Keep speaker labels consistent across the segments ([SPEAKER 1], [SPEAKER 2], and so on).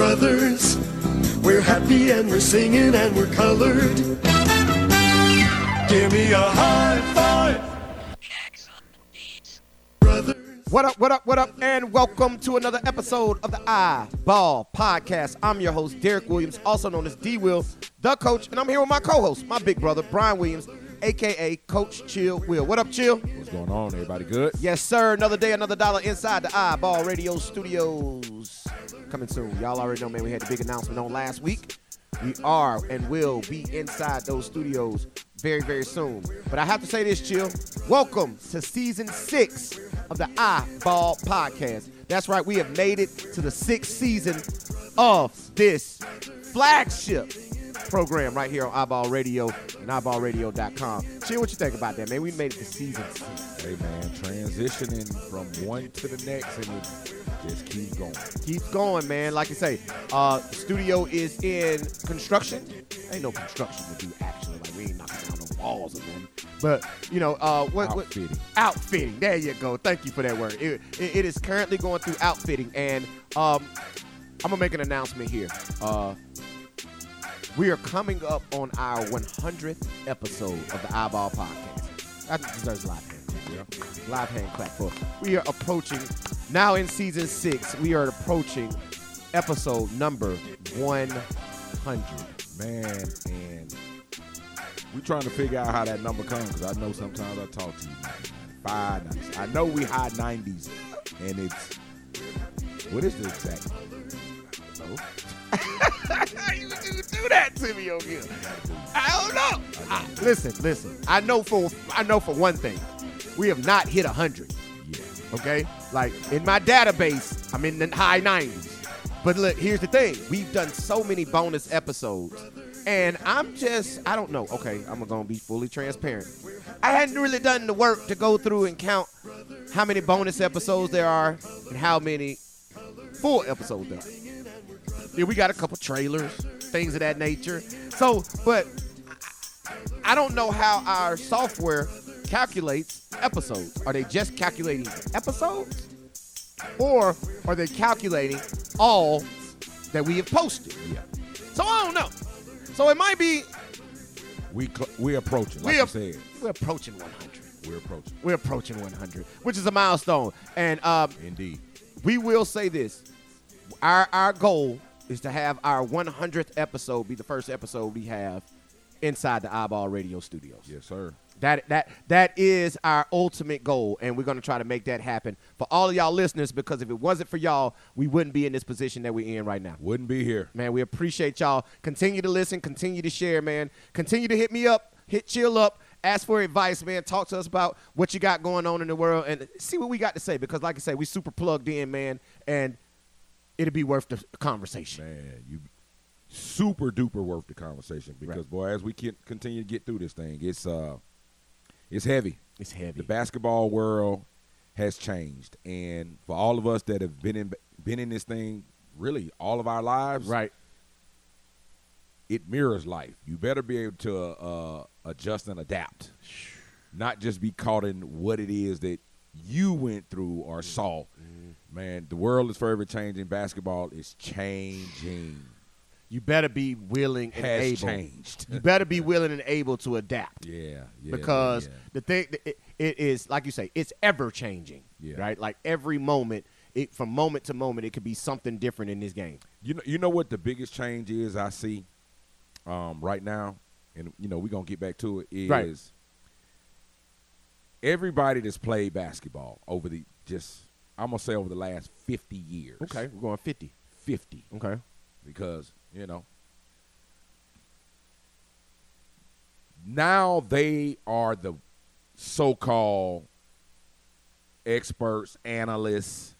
[SPEAKER 1] others. We're happy and we're singing and we're colored. Give me a high five, brothers.
[SPEAKER 2] What up, what up, what up, and welcome to another episode of the Eyeball Podcast. I'm your host, Derek Williams, also known as D Will, the coach, and I'm here with my co host, my big brother, Brian Williams, aka Coach Chill Will. What up, Chill?
[SPEAKER 3] What's going on? Everybody good?
[SPEAKER 2] Yes, sir. Another day, another dollar inside the Eyeball Radio Studios. Coming soon. Y'all already know, man, we had the big announcement on last week. We are and will be inside those studios very, very soon. But I have to say this, Chill. Welcome to season six of the Eyeball Podcast. That's right, we have made it to the sixth season of this flagship program right here on Eyeball Radio and eyeballradio.com. Chill, what you think about that, man? We made it to season six.
[SPEAKER 3] Hey man, transitioning from one to the next and it just keep going.
[SPEAKER 2] Keep going, man. Like I say, uh, studio is in construction. Ain't no construction to do actually. Like we ain't knocking down no walls or nothing. But you know, uh, what, what-
[SPEAKER 3] Outfitting.
[SPEAKER 2] outfitting. There you go. Thank you for that word. It, it- it is currently going through outfitting, and um, I'm gonna make an announcement here. Uh, we are coming up on our 100th episode of the Eyeball Podcast. That deserves a live hand clap. Live hand clap for. We are approaching now in season six. We are approaching episode number 100.
[SPEAKER 3] Man, and we trying to figure out how that number comes because I know sometimes I talk to you man, 95, 96. I know we high 90s and it's what is the exact number?
[SPEAKER 2] you do, do that to me over here. I don't know. I- listen, listen. I know for I know for one thing, we have not hit hundred.
[SPEAKER 3] Yeah.
[SPEAKER 2] Okay, like in my database, I'm in the high nineties. But look, here's the thing: we've done so many bonus episodes, and I'm just I don't know. Okay, I'm gonna be fully transparent. I hadn't really done the work to go through and count how many bonus episodes there are and how many full episodes there are. Yeah, we got a couple trailers, things of that nature. So, but I don't know how our software calculates episodes. Are they just calculating episodes? Or are they calculating all that we have posted?
[SPEAKER 3] Yeah.
[SPEAKER 2] So I don't know. So it might be
[SPEAKER 3] We cl- we approaching, like
[SPEAKER 2] we
[SPEAKER 3] you
[SPEAKER 2] ap-
[SPEAKER 3] said.
[SPEAKER 2] we're approaching 100.
[SPEAKER 3] We're approaching.
[SPEAKER 2] We're approaching 100, which is a milestone. And um,
[SPEAKER 3] Indeed.
[SPEAKER 2] we will say this our our goal is to have our 100th episode be the first episode we have inside the eyeball radio studios
[SPEAKER 3] Yes, sir.
[SPEAKER 2] that that that is our ultimate goal and we're going to try to make that happen for all of y'all listeners because if it wasn't for y'all we wouldn't be in this position that we're in right now
[SPEAKER 3] Wouldn't be here.
[SPEAKER 2] man we appreciate y'all continue to listen continue to share man continue to hit me up hit chill up ask for advice man talk to us about what you got going on in the world and see what we got to say because like i say we super plugged in man and it'll be worth the conversation
[SPEAKER 3] Man, you super duper worth the conversation because
[SPEAKER 2] Right.
[SPEAKER 3] boy, as we can continue to get through this thing, it's uh, it's heavy.
[SPEAKER 2] it's heavy
[SPEAKER 3] The basketball world has changed, and for all of us that have been in been in this thing really all of our lives,
[SPEAKER 2] right
[SPEAKER 3] It mirrors life. You better be able to uh, adjust and adapt, not just be caught in what it is that you went through
[SPEAKER 2] Mm-hmm.
[SPEAKER 3] or saw. Man, the world is forever changing. Basketball is changing.
[SPEAKER 2] you better be willing and
[SPEAKER 3] Has
[SPEAKER 2] able
[SPEAKER 3] changed.
[SPEAKER 2] you better be willing and able to adapt
[SPEAKER 3] Yeah, yeah.
[SPEAKER 2] because
[SPEAKER 3] yeah.
[SPEAKER 2] the thing it, it is like you say it's ever changing
[SPEAKER 3] Yeah.
[SPEAKER 2] right like every moment it from moment to moment it could be something different in this game
[SPEAKER 3] You know, you know what the biggest change is I see um, right now, and you know we're gonna get back to it. Is
[SPEAKER 2] Right.
[SPEAKER 3] everybody that's played basketball over the just I'm gonna say over the last 50 years.
[SPEAKER 2] we're going 50
[SPEAKER 3] 50
[SPEAKER 2] okay
[SPEAKER 3] because you know now they are the so-called experts, analysts,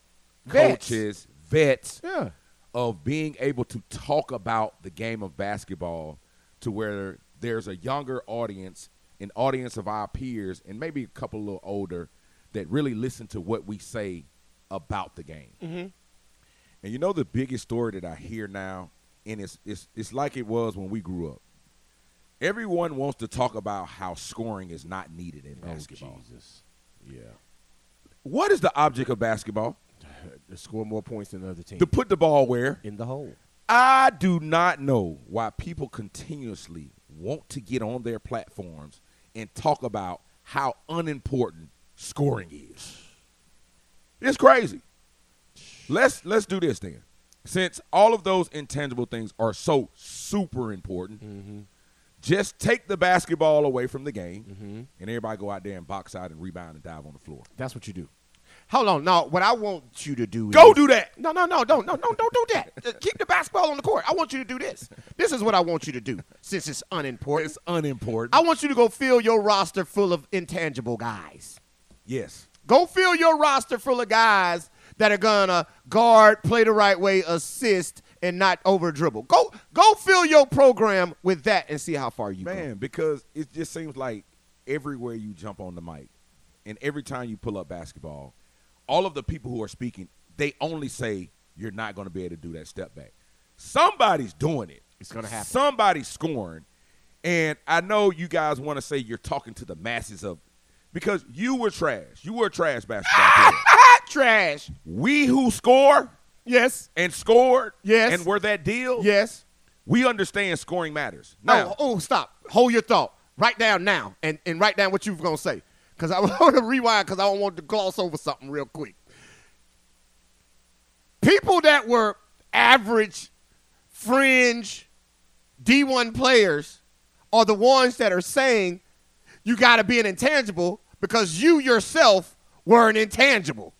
[SPEAKER 2] Vets.
[SPEAKER 3] coaches, vets
[SPEAKER 2] yeah
[SPEAKER 3] of being able to talk about the game of basketball to where there's a younger audience, an audience of our peers, and maybe a couple a little older that really listen to what we say about the game. And you know the biggest story that I hear now, and it's it's it's like it was when we grew up. Everyone wants to talk about how scoring is not needed in basketball.
[SPEAKER 2] Oh, jesus yeah
[SPEAKER 3] What is the object of basketball?
[SPEAKER 2] Uh, to score more points than the other team
[SPEAKER 3] To put the ball where?
[SPEAKER 2] in the hole
[SPEAKER 3] I do not know why people continuously want to get on their platforms and talk about how unimportant scoring is. It's crazy. Let's let's do this then. Since all of those intangible things are so super important,
[SPEAKER 2] Mm-hmm,
[SPEAKER 3] just take the basketball away from the game,
[SPEAKER 2] mm-hmm.
[SPEAKER 3] and everybody go out there and box out and rebound and dive on the floor.
[SPEAKER 2] That's what you do. Hold on. No, what I want you to do is
[SPEAKER 3] Go do that.
[SPEAKER 2] No, no, no, don't, no, no, don't do that. Uh, Keep the basketball on the court. I want you to do this. This is what I want you to do. Since it's unimportant,
[SPEAKER 3] It's unimportant.
[SPEAKER 2] I want you to go fill your roster full of intangible guys.
[SPEAKER 3] yes.
[SPEAKER 2] Go fill your roster full of guys that are gonna guard, play the right way, assist, and not over dribble. Go, go fill your program with that and see how far you
[SPEAKER 3] Man, because it just seems like everywhere you jump on the mic and every time you pull up basketball, all of the people who are speaking, they only say you're not going to be able to do that step back. Somebody's doing it.
[SPEAKER 2] It's gonna happen.
[SPEAKER 3] Somebody's scoring. And I know you guys want to say you're talking to the masses of because you were trash. You were a trash basketball player.
[SPEAKER 2] go. Hot trash.
[SPEAKER 3] We who score
[SPEAKER 2] Yes.
[SPEAKER 3] and scored
[SPEAKER 2] Yes.
[SPEAKER 3] and were that deal,
[SPEAKER 2] Yes.
[SPEAKER 3] we understand scoring matters. Now,
[SPEAKER 2] No, oh, stop. Hold your thought. Write down now and, and write down what you were going to say. Because I want to rewind because I don't want to gloss over something real quick. People that were average, fringe D1 players are the ones that are saying you got to be an intangible because you yourself were an intangible.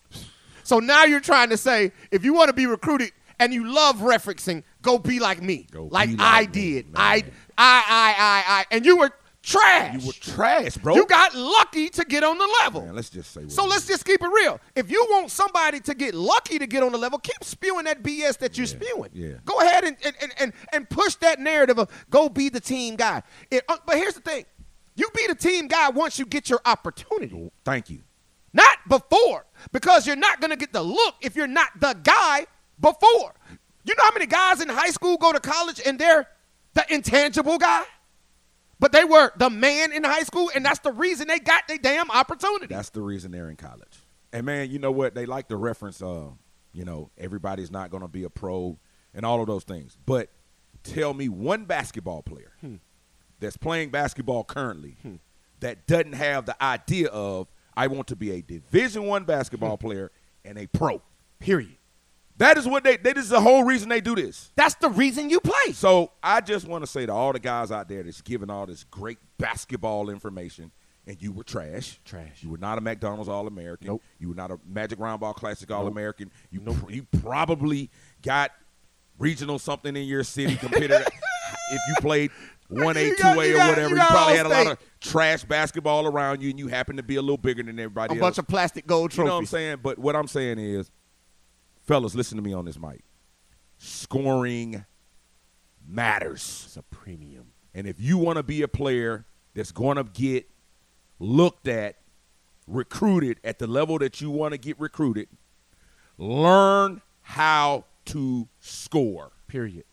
[SPEAKER 2] So now you're trying to say if you want to be recruited and you love referencing, go be like me,
[SPEAKER 3] Go
[SPEAKER 2] like
[SPEAKER 3] be like
[SPEAKER 2] I
[SPEAKER 3] me,
[SPEAKER 2] did.
[SPEAKER 3] man.
[SPEAKER 2] I, I, I, I, I, and you were trash.
[SPEAKER 3] you were trash, bro.
[SPEAKER 2] You got lucky to get on the level.
[SPEAKER 3] Man, let's just say. what
[SPEAKER 2] so
[SPEAKER 3] it
[SPEAKER 2] let's just keep it real. If you want somebody to get lucky to get on the level, keep spewing that BS that you're spewing.
[SPEAKER 3] yeah.
[SPEAKER 2] Go ahead and, and, and- and, and push that narrative of go be the team guy. It- uh, but here's the thing you be the team guy once you get your opportunity.
[SPEAKER 3] is. Thank you.
[SPEAKER 2] Not before, because you're not going to get the look if you're not the guy before. You know how many guys in high school go to college and they're the intangible guy? But they were the man in high school, and that's the reason they got their damn opportunity.
[SPEAKER 3] That's the reason they're in college. And man, you know what? They like to reference, uh, you know, everybody's not going to be a pro and all of those things. But tell me one basketball player that's playing basketball currently that doesn't have the idea of I want to be a Division One basketball player and a pro.
[SPEAKER 2] period.
[SPEAKER 3] That is what they. That is the whole reason they do this.
[SPEAKER 2] That's the reason you play.
[SPEAKER 3] So I just want to say to all the guys out there that's giving all this great basketball information, and you were trash.
[SPEAKER 2] Trash.
[SPEAKER 3] You were not a McDonald's All American.
[SPEAKER 2] Nope.
[SPEAKER 3] You were not a Magic Round Ball Classic All American. You pr- you probably got regional something in your city competitor if you played. One
[SPEAKER 2] You
[SPEAKER 3] eight two
[SPEAKER 2] got-
[SPEAKER 3] A
[SPEAKER 2] you
[SPEAKER 3] or
[SPEAKER 2] got-
[SPEAKER 3] whatever.
[SPEAKER 2] you
[SPEAKER 3] You,
[SPEAKER 2] got
[SPEAKER 3] probably
[SPEAKER 2] all
[SPEAKER 3] had a lot of trash basketball around you, and you happen to be a little bigger than
[SPEAKER 2] A
[SPEAKER 3] everybody else.
[SPEAKER 2] bunch of plastic gold
[SPEAKER 3] You know what I'm
[SPEAKER 2] trophies.
[SPEAKER 3] saying? But what I'm saying is, fellas, listen to me on this mic. Scoring matters.
[SPEAKER 2] it's a premium.
[SPEAKER 3] And if you want to be a player that's going to get looked at, recruited at the level that you want to get recruited, learn how to score.
[SPEAKER 2] Period.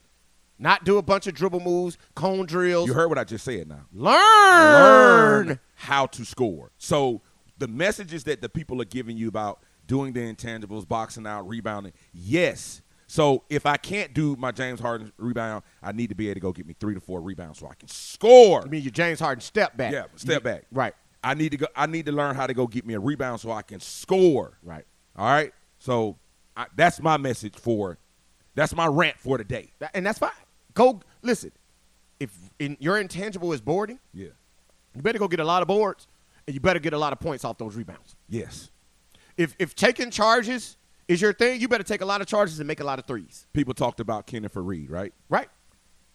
[SPEAKER 2] Not do a bunch of dribble moves, cone drills.
[SPEAKER 3] You heard what I just said now.
[SPEAKER 2] Learn.
[SPEAKER 3] learn how to score. So the messages that the people are giving you about doing the intangibles, boxing out, rebounding, yes. So if I can't do my James Harden rebound, I need to be able to go get me three to four rebounds so I can score.
[SPEAKER 2] I mean, your James Harden step back.
[SPEAKER 3] Yeah, step back.
[SPEAKER 2] Right.
[SPEAKER 3] I need to go. I need to learn how to go get me a rebound so I can score.
[SPEAKER 2] Right.
[SPEAKER 3] All right. So I, that's my message for. That's my rant for today.
[SPEAKER 2] That- and that's fine. Go listen. If in, your intangible is boarding,
[SPEAKER 3] Yeah.
[SPEAKER 2] you better go get a lot of boards, and you better get a lot of points off those rebounds.
[SPEAKER 3] Yes.
[SPEAKER 2] If if taking charges is your thing, you better take a lot of charges and make a lot of threes.
[SPEAKER 3] People talked about Kenneth Reed, right?
[SPEAKER 2] Right.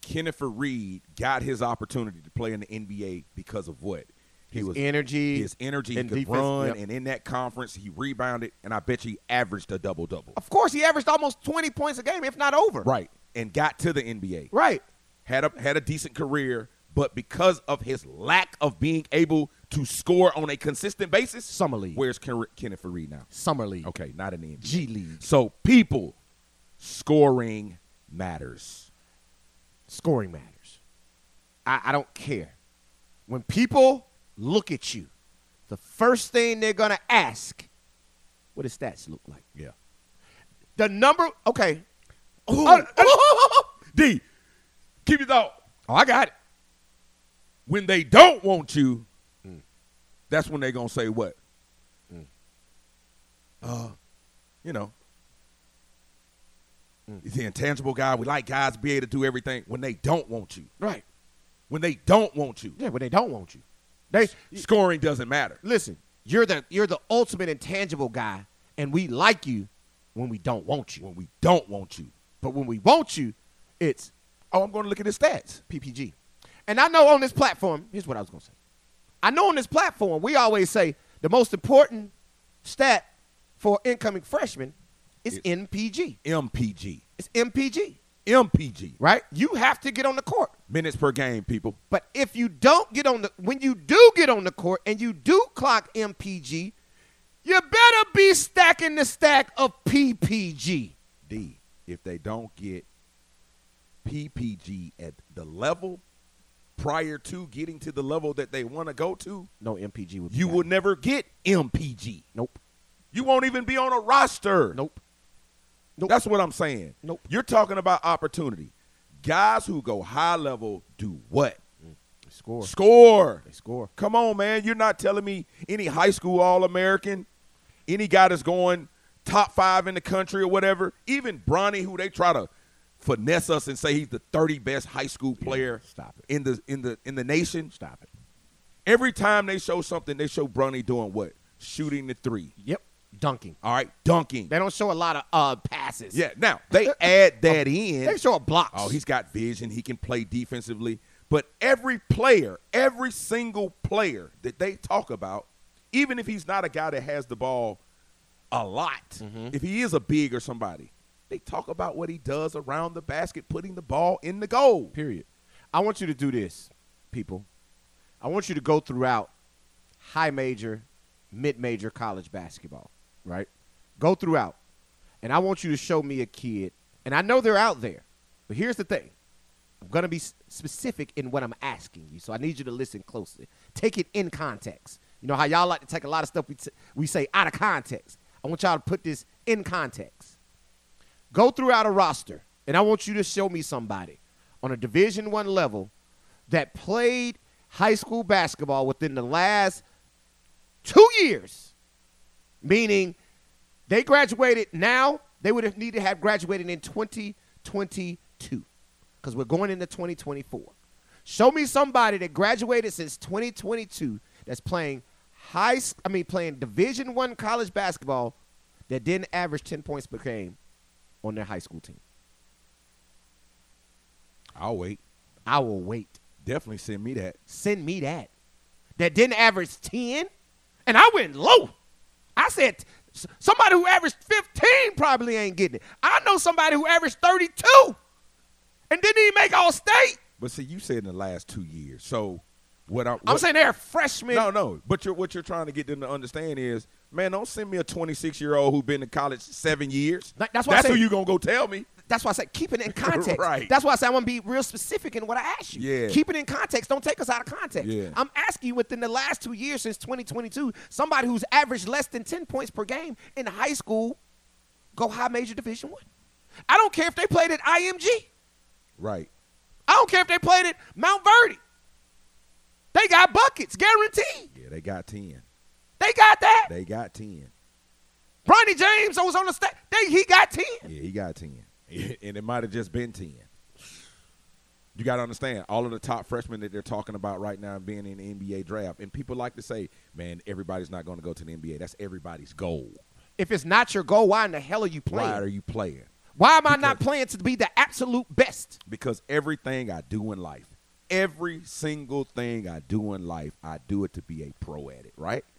[SPEAKER 3] Kenneth Reed got his opportunity to play in the NBA because of what? He
[SPEAKER 2] His energy
[SPEAKER 3] His energy. He
[SPEAKER 2] and
[SPEAKER 3] could
[SPEAKER 2] defense,
[SPEAKER 3] run,
[SPEAKER 2] yep.
[SPEAKER 3] and in that conference, he rebounded, and I bet you he averaged a double double.
[SPEAKER 2] Of course, he averaged almost twenty points a game, if not over.
[SPEAKER 3] Right, and got to the NBA.
[SPEAKER 2] Right.
[SPEAKER 3] Had a had a decent career, but because of his lack of being able to score on a consistent basis,
[SPEAKER 2] Summer league.
[SPEAKER 3] Where's Ken- Kenneth Reed now?
[SPEAKER 2] Summer league.
[SPEAKER 3] Okay, not in the NBA.
[SPEAKER 2] G League.
[SPEAKER 3] So people, scoring matters.
[SPEAKER 2] scoring matters. I, I don't care. When people look at you, the first thing they're going to ask, what does stats look like?
[SPEAKER 3] Yeah. Oh.
[SPEAKER 2] The number, okay.
[SPEAKER 3] Ooh,
[SPEAKER 2] Uh, uh,
[SPEAKER 3] oh, D, keep your thought. Oh, I got it. When they don't want you, that's when they gonna say what? Uh, you know. He's the intangible guy. We like guys to be able to do everything when they don't want you.
[SPEAKER 2] Right.
[SPEAKER 3] When they don't want you.
[SPEAKER 2] Yeah, when they don't want you. They
[SPEAKER 3] Scoring doesn't matter.
[SPEAKER 2] listen, you're the you're the ultimate intangible guy, and we like you when we don't want you.
[SPEAKER 3] When we don't want you.
[SPEAKER 2] But when we want you, it's
[SPEAKER 3] Oh, I'm gonna look at his stats.
[SPEAKER 2] PPG. And I know on this platform, here's what I was gonna say. I know on this platform we always say the most important stat for incoming freshmen is
[SPEAKER 3] It-
[SPEAKER 2] MPG.
[SPEAKER 3] MPG.
[SPEAKER 2] It's MPG,
[SPEAKER 3] MPG.
[SPEAKER 2] right? You have to get on the court.
[SPEAKER 3] Minutes per game, people.
[SPEAKER 2] But if you don't get on the when you do get on the court and you do clock MPG, you better be stacking the stack of PPG.
[SPEAKER 3] D. If they don't get PPG at the level prior to getting to the level that they want to go to,
[SPEAKER 2] No MPG would be
[SPEAKER 3] you
[SPEAKER 2] bad.
[SPEAKER 3] will never get MPG.
[SPEAKER 2] Nope.
[SPEAKER 3] You won't even be on a roster.
[SPEAKER 2] Nope.
[SPEAKER 3] That's what I'm saying.
[SPEAKER 2] Nope.
[SPEAKER 3] You're talking about opportunity. Guys who go high level do what?
[SPEAKER 2] Score.
[SPEAKER 3] Score.
[SPEAKER 2] They score.
[SPEAKER 3] Come on, man. You're not telling me any high school All American, any guy that's going top five in the country or whatever, even Bronny, who they try to finesse us and say he's the 30 best high school player
[SPEAKER 2] stop it.
[SPEAKER 3] in the in the in the nation.
[SPEAKER 2] Stop it.
[SPEAKER 3] Every time they show something, they show Bronny doing what? Shooting the three.
[SPEAKER 2] Yep. Dunking.
[SPEAKER 3] All right, dunking.
[SPEAKER 2] They don't show a lot of uh passes. Oh,
[SPEAKER 3] Yeah. Now they add that in.
[SPEAKER 2] They show a block.
[SPEAKER 3] Oh, he's got vision. He can play defensively. But every player, every single player that they talk about, even if he's not a guy that has the ball a lot,
[SPEAKER 2] Mm-hmm.
[SPEAKER 3] if he is a big or somebody, they talk about what he does around the basket, putting the ball in the goal.
[SPEAKER 2] Period. I want you to do this, people. I want you to go throughout high major, mid major college basketball, right? Go throughout. And I want you to show me a kid. And I know they're out there. But here's the thing I'm going to be s- specific in what I'm asking you. So I need you to listen closely. Take it in context. You know how y'all like to take a lot of stuff we, t- we say out of context. I want y'all to put this in context go throughout a roster and i want you to show me somebody on a division one level that played high school basketball within the last two years meaning they graduated now they would have needed to have graduated in 2022 because we're going into 2024 show me somebody that graduated since 2022 that's playing high s- i mean playing division one college basketball that didn't average 10 points per game on their high school team.
[SPEAKER 3] I'll wait.
[SPEAKER 2] I will wait.
[SPEAKER 3] Definitely send me that.
[SPEAKER 2] Send me that. That didn't average 10, and I went low. I said, "S- somebody who averaged 15 probably ain't getting it. I know somebody who averaged 32 and didn't even make All State.
[SPEAKER 3] But see, you said in the last two years. So what I,
[SPEAKER 2] I'm
[SPEAKER 3] what-
[SPEAKER 2] saying they're freshmen.
[SPEAKER 3] No, no. But you're, what you're trying to get them to understand is, man, don't send me a 26 year old who's been to college seven years.
[SPEAKER 2] Like, that's what I
[SPEAKER 3] who
[SPEAKER 2] said.
[SPEAKER 3] you gonna go tell me.
[SPEAKER 2] That's why I said keep it in context.
[SPEAKER 3] Right.
[SPEAKER 2] That's why I said I want to be real specific in what I ask you.
[SPEAKER 3] Yeah.
[SPEAKER 2] Keep it in context. Don't take us out of context.
[SPEAKER 3] Yeah.
[SPEAKER 2] I'm asking you within the last two years since 2022, somebody who's averaged less than 10 points per game in high school, go high major division one. I don't care if they played at IMG.
[SPEAKER 3] Right.
[SPEAKER 2] I don't care if they played at Mount Verde. They got buckets, guaranteed.
[SPEAKER 3] Yeah, they got 10.
[SPEAKER 2] They got that.
[SPEAKER 3] They got 10.
[SPEAKER 2] Bronny James was on the stage. They he got 10.
[SPEAKER 3] Yeah, he got 10. and it might have just been 10. You got to understand, all of the top freshmen that they're talking about right now being in the NBA draft, and people like to say, man, everybody's not going to go to the NBA. That's everybody's goal.
[SPEAKER 2] If it's not your goal, why in the hell are you playing?
[SPEAKER 3] Why are you playing?
[SPEAKER 2] Why am I not playing to be the absolute best?
[SPEAKER 3] Because everything I do in life, every single thing I do in life, I do it to be a pro at it, right? Or-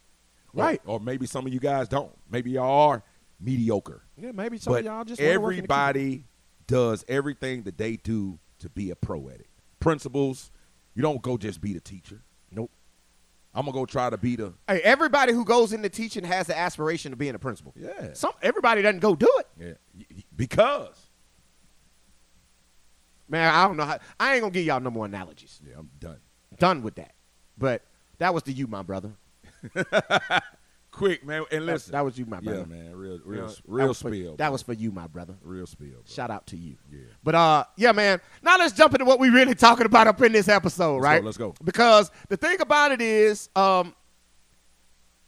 [SPEAKER 2] Right.
[SPEAKER 3] Or, maybe some of you guys don't. Maybe y'all are mediocre.
[SPEAKER 2] Yeah, maybe
[SPEAKER 3] but everybody does everything that they do to be a pro at it. Principals, you don't go just be the teacher. Nope. I'm gonna go try to be the
[SPEAKER 2] Hey, everybody who goes into teaching has the aspiration of being a principal.
[SPEAKER 3] Yeah.
[SPEAKER 2] Some everybody doesn't go do it.
[SPEAKER 3] yeah. y- y- because
[SPEAKER 2] Man, I don't know how I ain't gonna give y'all no more analogies.
[SPEAKER 3] yeah, I'm done.
[SPEAKER 2] Done with that. But that was to you, my brother.
[SPEAKER 3] quick, man. And listen,
[SPEAKER 2] that was you, my
[SPEAKER 3] yeah,
[SPEAKER 2] brother.
[SPEAKER 3] man, real, real,
[SPEAKER 2] Yeah, that
[SPEAKER 3] real
[SPEAKER 2] was for-
[SPEAKER 3] spill.
[SPEAKER 2] that was for you, my brother.
[SPEAKER 3] bro. real spill. Bro.
[SPEAKER 2] Shout out to you.
[SPEAKER 3] Yeah.
[SPEAKER 2] But uh, yeah, man. Now let's jump into what we really talking about up in this episode,
[SPEAKER 3] Let's
[SPEAKER 2] right?
[SPEAKER 3] go, let's go.
[SPEAKER 2] Because the thing about it is, um,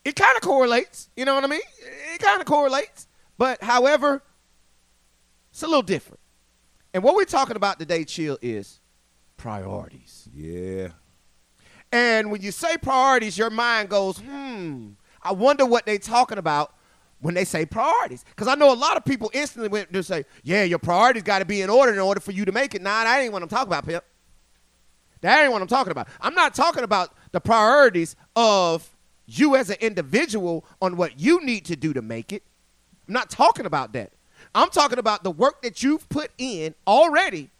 [SPEAKER 2] it kind of correlates. You know what I mean? It kind of correlates, but however, it's a little different. And what we're talking about today, chill, is priorities.
[SPEAKER 3] Yeah,
[SPEAKER 2] And when you say priorities, your mind goes, hmm, I wonder what they talking about when they say priorities. Because I know a lot of people instantly went to say, yeah, your priorities got to be in order in order for you to make it. Nah, that ain't what I'm talking about, Pip. That ain't what I'm talking about. I'm not talking about the priorities of you as an individual on what you need to do to make it. I'm not talking about that. I'm talking about the work that you've put in already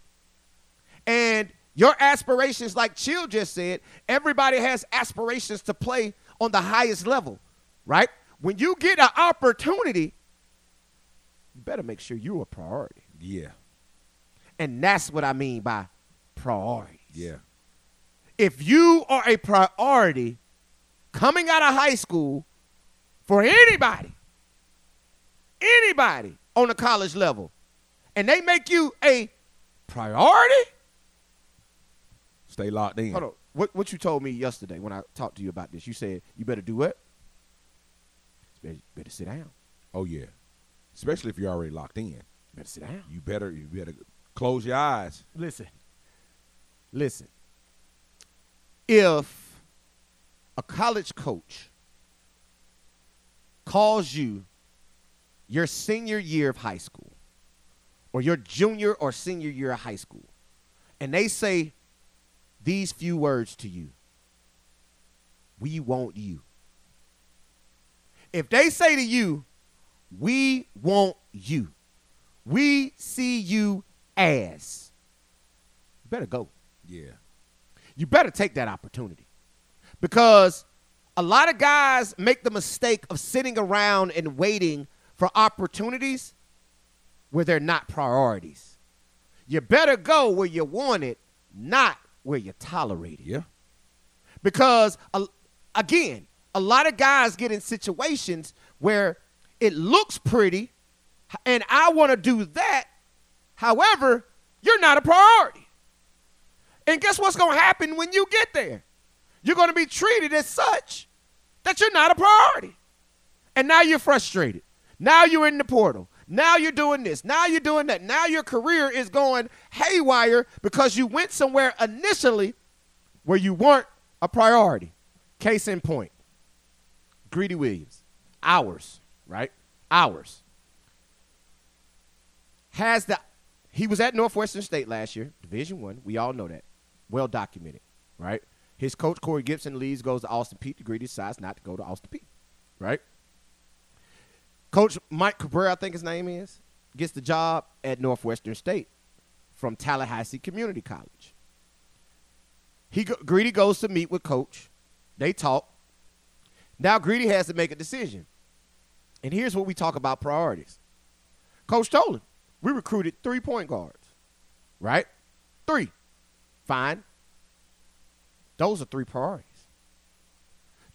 [SPEAKER 2] and your aspirations, like Chill just said, everybody has aspirations to play on the highest level, right? When you get an opportunity, you better make sure you're a priority.
[SPEAKER 3] yeah,
[SPEAKER 2] And that's what I mean by priorities.
[SPEAKER 3] yeah,
[SPEAKER 2] If you are a priority coming out of high school for anybody, anybody on the college level, and they make you a priority,
[SPEAKER 3] Stay locked in.
[SPEAKER 2] Hold on. What what you told me yesterday when I talked to you about this? You said you better do what? Better, better sit down.
[SPEAKER 3] Oh yeah, especially if you're already locked in.
[SPEAKER 2] Better sit down.
[SPEAKER 3] You better, you better close your eyes.
[SPEAKER 2] Listen. Listen. If a college coach calls you your senior year of high school or your junior or senior year of high school and they say these few words to you we want you if they say to you we want you we see you as you better go
[SPEAKER 3] Yeah,
[SPEAKER 2] you better take that opportunity because a lot of guys make the mistake of sitting around and waiting for opportunities where they're not priorities. You better go where you want it, not where you tolerate it.
[SPEAKER 3] yeah,
[SPEAKER 2] Because, a- again, a lot of guys get in situations where it looks pretty and I want to do that. However, you're not a priority. And guess what's going to happen when you get there? You're going to be treated as such that you're not a priority. And now you're frustrated. Now you're in the portal. Now you're doing this. Now you're doing that. Now your career is going haywire because you went somewhere initially where you weren't a priority. Case in point Greedy Williams, ours, right? Ours. Has the he was at Northwestern State last year, Division One. We all know that, well documented, right? His coach Corey Gibson leaves, goes to Austin Peay. Greedy decides not to go to Austin Peay, right? Coach Mike Cabrera, I think his name is, gets the job at Northwestern State from Tallahassee Community College. He go, Greedy goes to meet with coach. They talk. Now Greedy has to make a decision. And here's what we talk about priorities. Coach Tolan, we recruited three point guards, right? Three. Fine. Those are three priorities.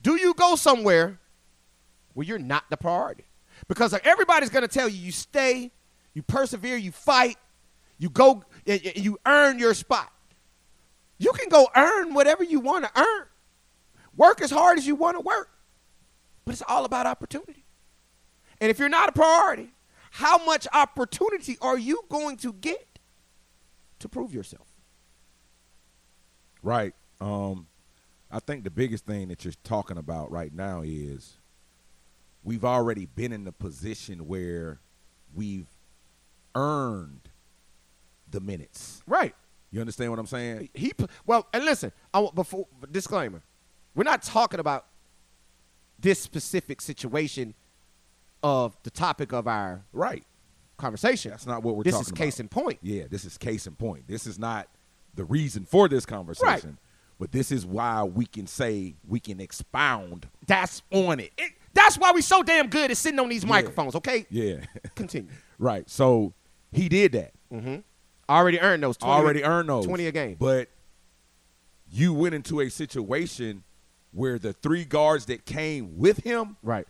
[SPEAKER 2] Do you go somewhere where you're not the priority? Because like, everybody's going to tell you you stay, you persevere, you fight, you go, y- y- you earn your spot. You can go earn whatever you want to earn. Work as hard as you want to work. But it's all about opportunity. And if you're not a priority, how much opportunity are you going to get to prove yourself?
[SPEAKER 3] right. Um, I think the biggest thing that you're talking about right now is we've already been in the position where we've earned the minutes.
[SPEAKER 2] Right.
[SPEAKER 3] You understand what I'm saying?
[SPEAKER 2] He pl- well, and listen, I want before disclaimer. We're not talking about this specific situation of the topic of our
[SPEAKER 3] Right.
[SPEAKER 2] conversation.
[SPEAKER 3] That's not what we're
[SPEAKER 2] this
[SPEAKER 3] talking
[SPEAKER 2] is case
[SPEAKER 3] about.
[SPEAKER 2] in point.
[SPEAKER 3] Yeah, this is case in point. This is not the reason for this conversation, but this is why we can say we can expound
[SPEAKER 2] That's
[SPEAKER 3] on it.
[SPEAKER 2] it, that's why we so damn good at sitting on these
[SPEAKER 3] Yeah.
[SPEAKER 2] microphones, okay?
[SPEAKER 3] Yeah,
[SPEAKER 2] Continue.
[SPEAKER 3] right. So he did that.
[SPEAKER 2] Already earned those 20
[SPEAKER 3] Already earned those
[SPEAKER 2] 20 a game.
[SPEAKER 3] but you went into a situation where the three guards that came with him
[SPEAKER 2] Right.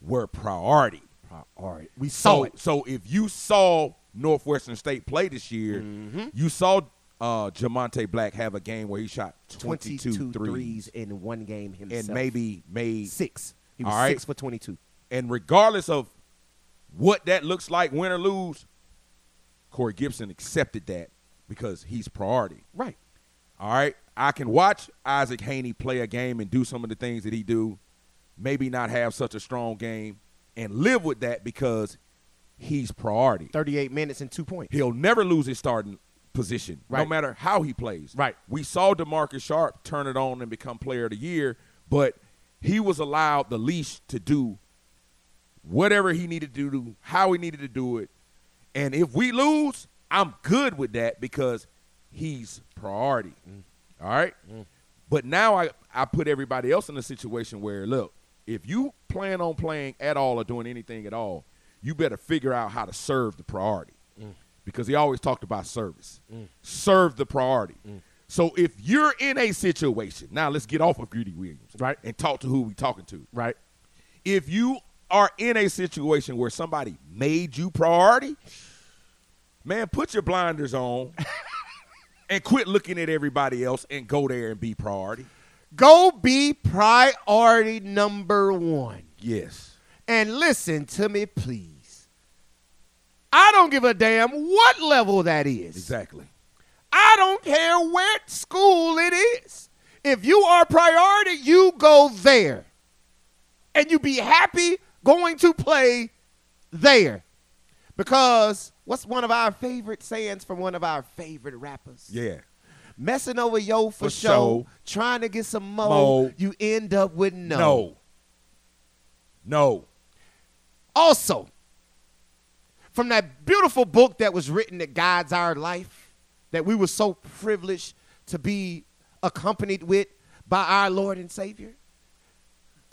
[SPEAKER 3] were priority.
[SPEAKER 2] Priority. We saw
[SPEAKER 3] So
[SPEAKER 2] it.
[SPEAKER 3] so if you saw Northwestern State play this year,
[SPEAKER 2] Mm-hmm.
[SPEAKER 3] you saw uh, Jamonte Black have a game where he shot 22,
[SPEAKER 2] 22
[SPEAKER 3] threes,
[SPEAKER 2] threes in one game himself.
[SPEAKER 3] and maybe made
[SPEAKER 2] six. He was
[SPEAKER 3] All right.
[SPEAKER 2] six for 22.
[SPEAKER 3] And regardless of what that looks like, win or lose, Corey Gibson accepted that because he's priority.
[SPEAKER 2] Right.
[SPEAKER 3] All right. I can watch Isaac Haney play a game and do some of the things that he do, maybe not have such a strong game, and live with that because he's priority.
[SPEAKER 2] 38 minutes and two points.
[SPEAKER 3] He'll never lose his starting position, no
[SPEAKER 2] Right.
[SPEAKER 3] matter how he plays.
[SPEAKER 2] Right.
[SPEAKER 3] We saw DeMarcus Sharp turn it on and become player of the year, but he was allowed the leash to do whatever he needed to do, how he needed to do it. And if we lose, I'm good with that because he's priority. All right? But now I, I put everybody else in a situation where, look, if you plan on playing at all or doing anything at all, you better figure out how to serve the priority. Because he always talked about service. Serve the priority. So if you're in a situation, now let's get off of Greedy Williams.
[SPEAKER 2] Right.
[SPEAKER 3] And talk to who we talking to
[SPEAKER 2] Right.
[SPEAKER 3] if you are in a situation where somebody made you priority, man, put your blinders on and quit looking at everybody else and go there and be priority.
[SPEAKER 2] Go be priority number one.
[SPEAKER 3] Yes.
[SPEAKER 2] And listen to me, please. I don't give a damn what level that is.
[SPEAKER 3] Exactly.
[SPEAKER 2] I don't care where school it is. If you are priority, you go there. And you be happy going to play there. Because what's one of our favorite sayings from one of our favorite rappers?
[SPEAKER 3] Yeah.
[SPEAKER 2] Messing over yo for,
[SPEAKER 3] For
[SPEAKER 2] show,
[SPEAKER 3] show.
[SPEAKER 2] trying to get some mo,
[SPEAKER 3] Mo.
[SPEAKER 2] you end up with no.
[SPEAKER 3] No. No.
[SPEAKER 2] Also, from that beautiful book that was written that guides our life, that we were so privileged to be accompanied with by our Lord and Savior,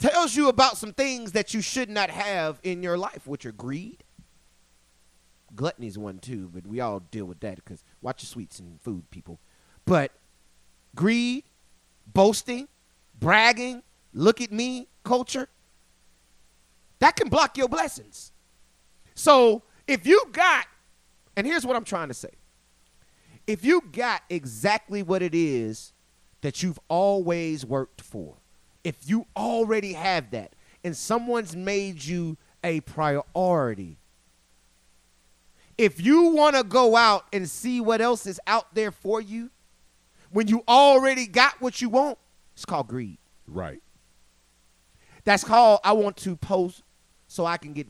[SPEAKER 2] tells you about some things that you should not have in your life, which are greed. Gluttony's one too, but we all deal with that because watch your sweets and food, people. But greed, boasting, bragging, look at me culture, that can block your blessings. So if you got, and here's what I'm trying to say if you got exactly what it is that you've always worked for, if you already have that, and someone's made you a priority, if you want to go out and see what else is out there for you, when you already got what you want, it's called greed.
[SPEAKER 3] Right.
[SPEAKER 2] That's called I want to post so I can get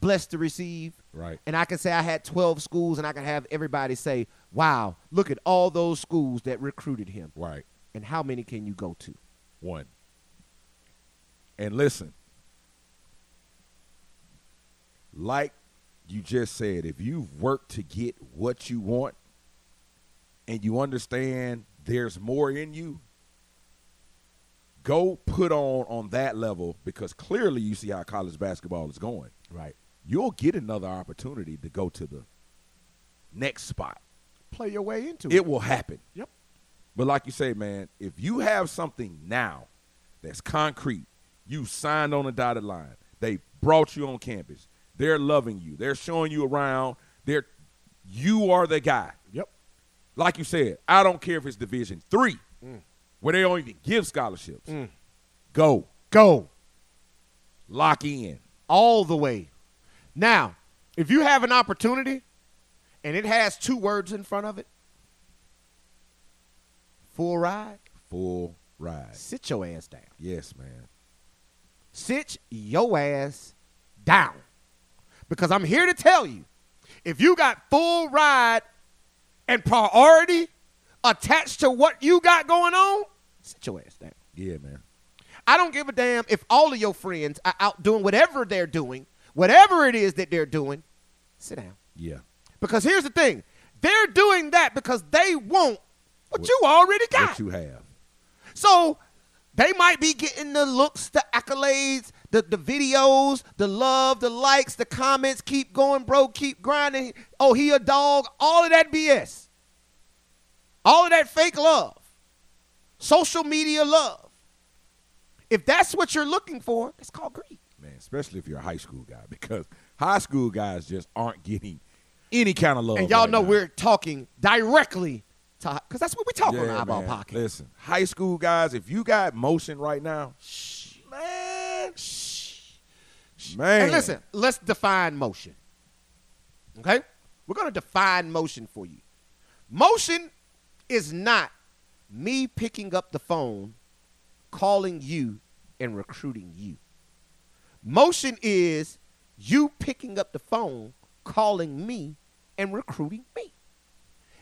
[SPEAKER 2] blessed to receive.
[SPEAKER 3] Right.
[SPEAKER 2] And I can say I had 12 schools and I can have everybody say, wow, look at all those schools that recruited him.
[SPEAKER 3] Right.
[SPEAKER 2] And how many can you go to?
[SPEAKER 3] One. And listen, like you just said, if you've worked to get what you want and you understand there's more in you, go put on on that level because clearly you see how college basketball is going.
[SPEAKER 2] Right.
[SPEAKER 3] You'll get another opportunity to go to the next spot.
[SPEAKER 2] Play your way into it.
[SPEAKER 3] It will happen.
[SPEAKER 2] Yep.
[SPEAKER 3] But like you say, man, if you have something now that's concrete, you signed on a dotted line. They brought you on campus. They're loving you. They're showing you around. They're you are the guy.
[SPEAKER 2] Yep.
[SPEAKER 3] Like you said, I don't care if it's division 3
[SPEAKER 2] Mm.
[SPEAKER 3] where they don't even give scholarships. Go.
[SPEAKER 2] Go
[SPEAKER 3] Lock in.
[SPEAKER 2] all the way. Now, if you have an opportunity and it has two words in front of it, full ride,
[SPEAKER 3] Full ride.
[SPEAKER 2] sit your ass down.
[SPEAKER 3] Yes, man.
[SPEAKER 2] sit your ass down. Because I'm here to tell you if you got full ride and priority attached to what you got going on, sit your ass down.
[SPEAKER 3] Yeah, man.
[SPEAKER 2] I don't give a damn if all of your friends are out doing whatever they're doing, whatever it is that they're doing, sit down.
[SPEAKER 3] Yeah.
[SPEAKER 2] Because here's the thing they're doing that because they want what, you already got.
[SPEAKER 3] What you have.
[SPEAKER 2] So they might be getting the looks, the accolades, the, the videos, the love, the likes, the comments. Keep going, bro. Keep grinding. Oh, he a dog. All of that BS. All of that fake love. Social media love. If that's what you're looking for, it's called greed.
[SPEAKER 3] Man, especially if you're a high school guy, because high school guys just aren't getting any kind of love.
[SPEAKER 2] And y'all
[SPEAKER 3] right
[SPEAKER 2] know
[SPEAKER 3] now.
[SPEAKER 2] we're talking directly to because that's what we talk on
[SPEAKER 3] Yeah,
[SPEAKER 2] Eyeball
[SPEAKER 3] man.
[SPEAKER 2] Pocket.
[SPEAKER 3] Listen, high school guys, if you got motion right now, man, man,
[SPEAKER 2] And listen, let's define motion. Okay? We're going to define motion for you. Motion is not me picking up the phone, calling you, and recruiting you. Motion is you picking up the phone, calling me, and recruiting me.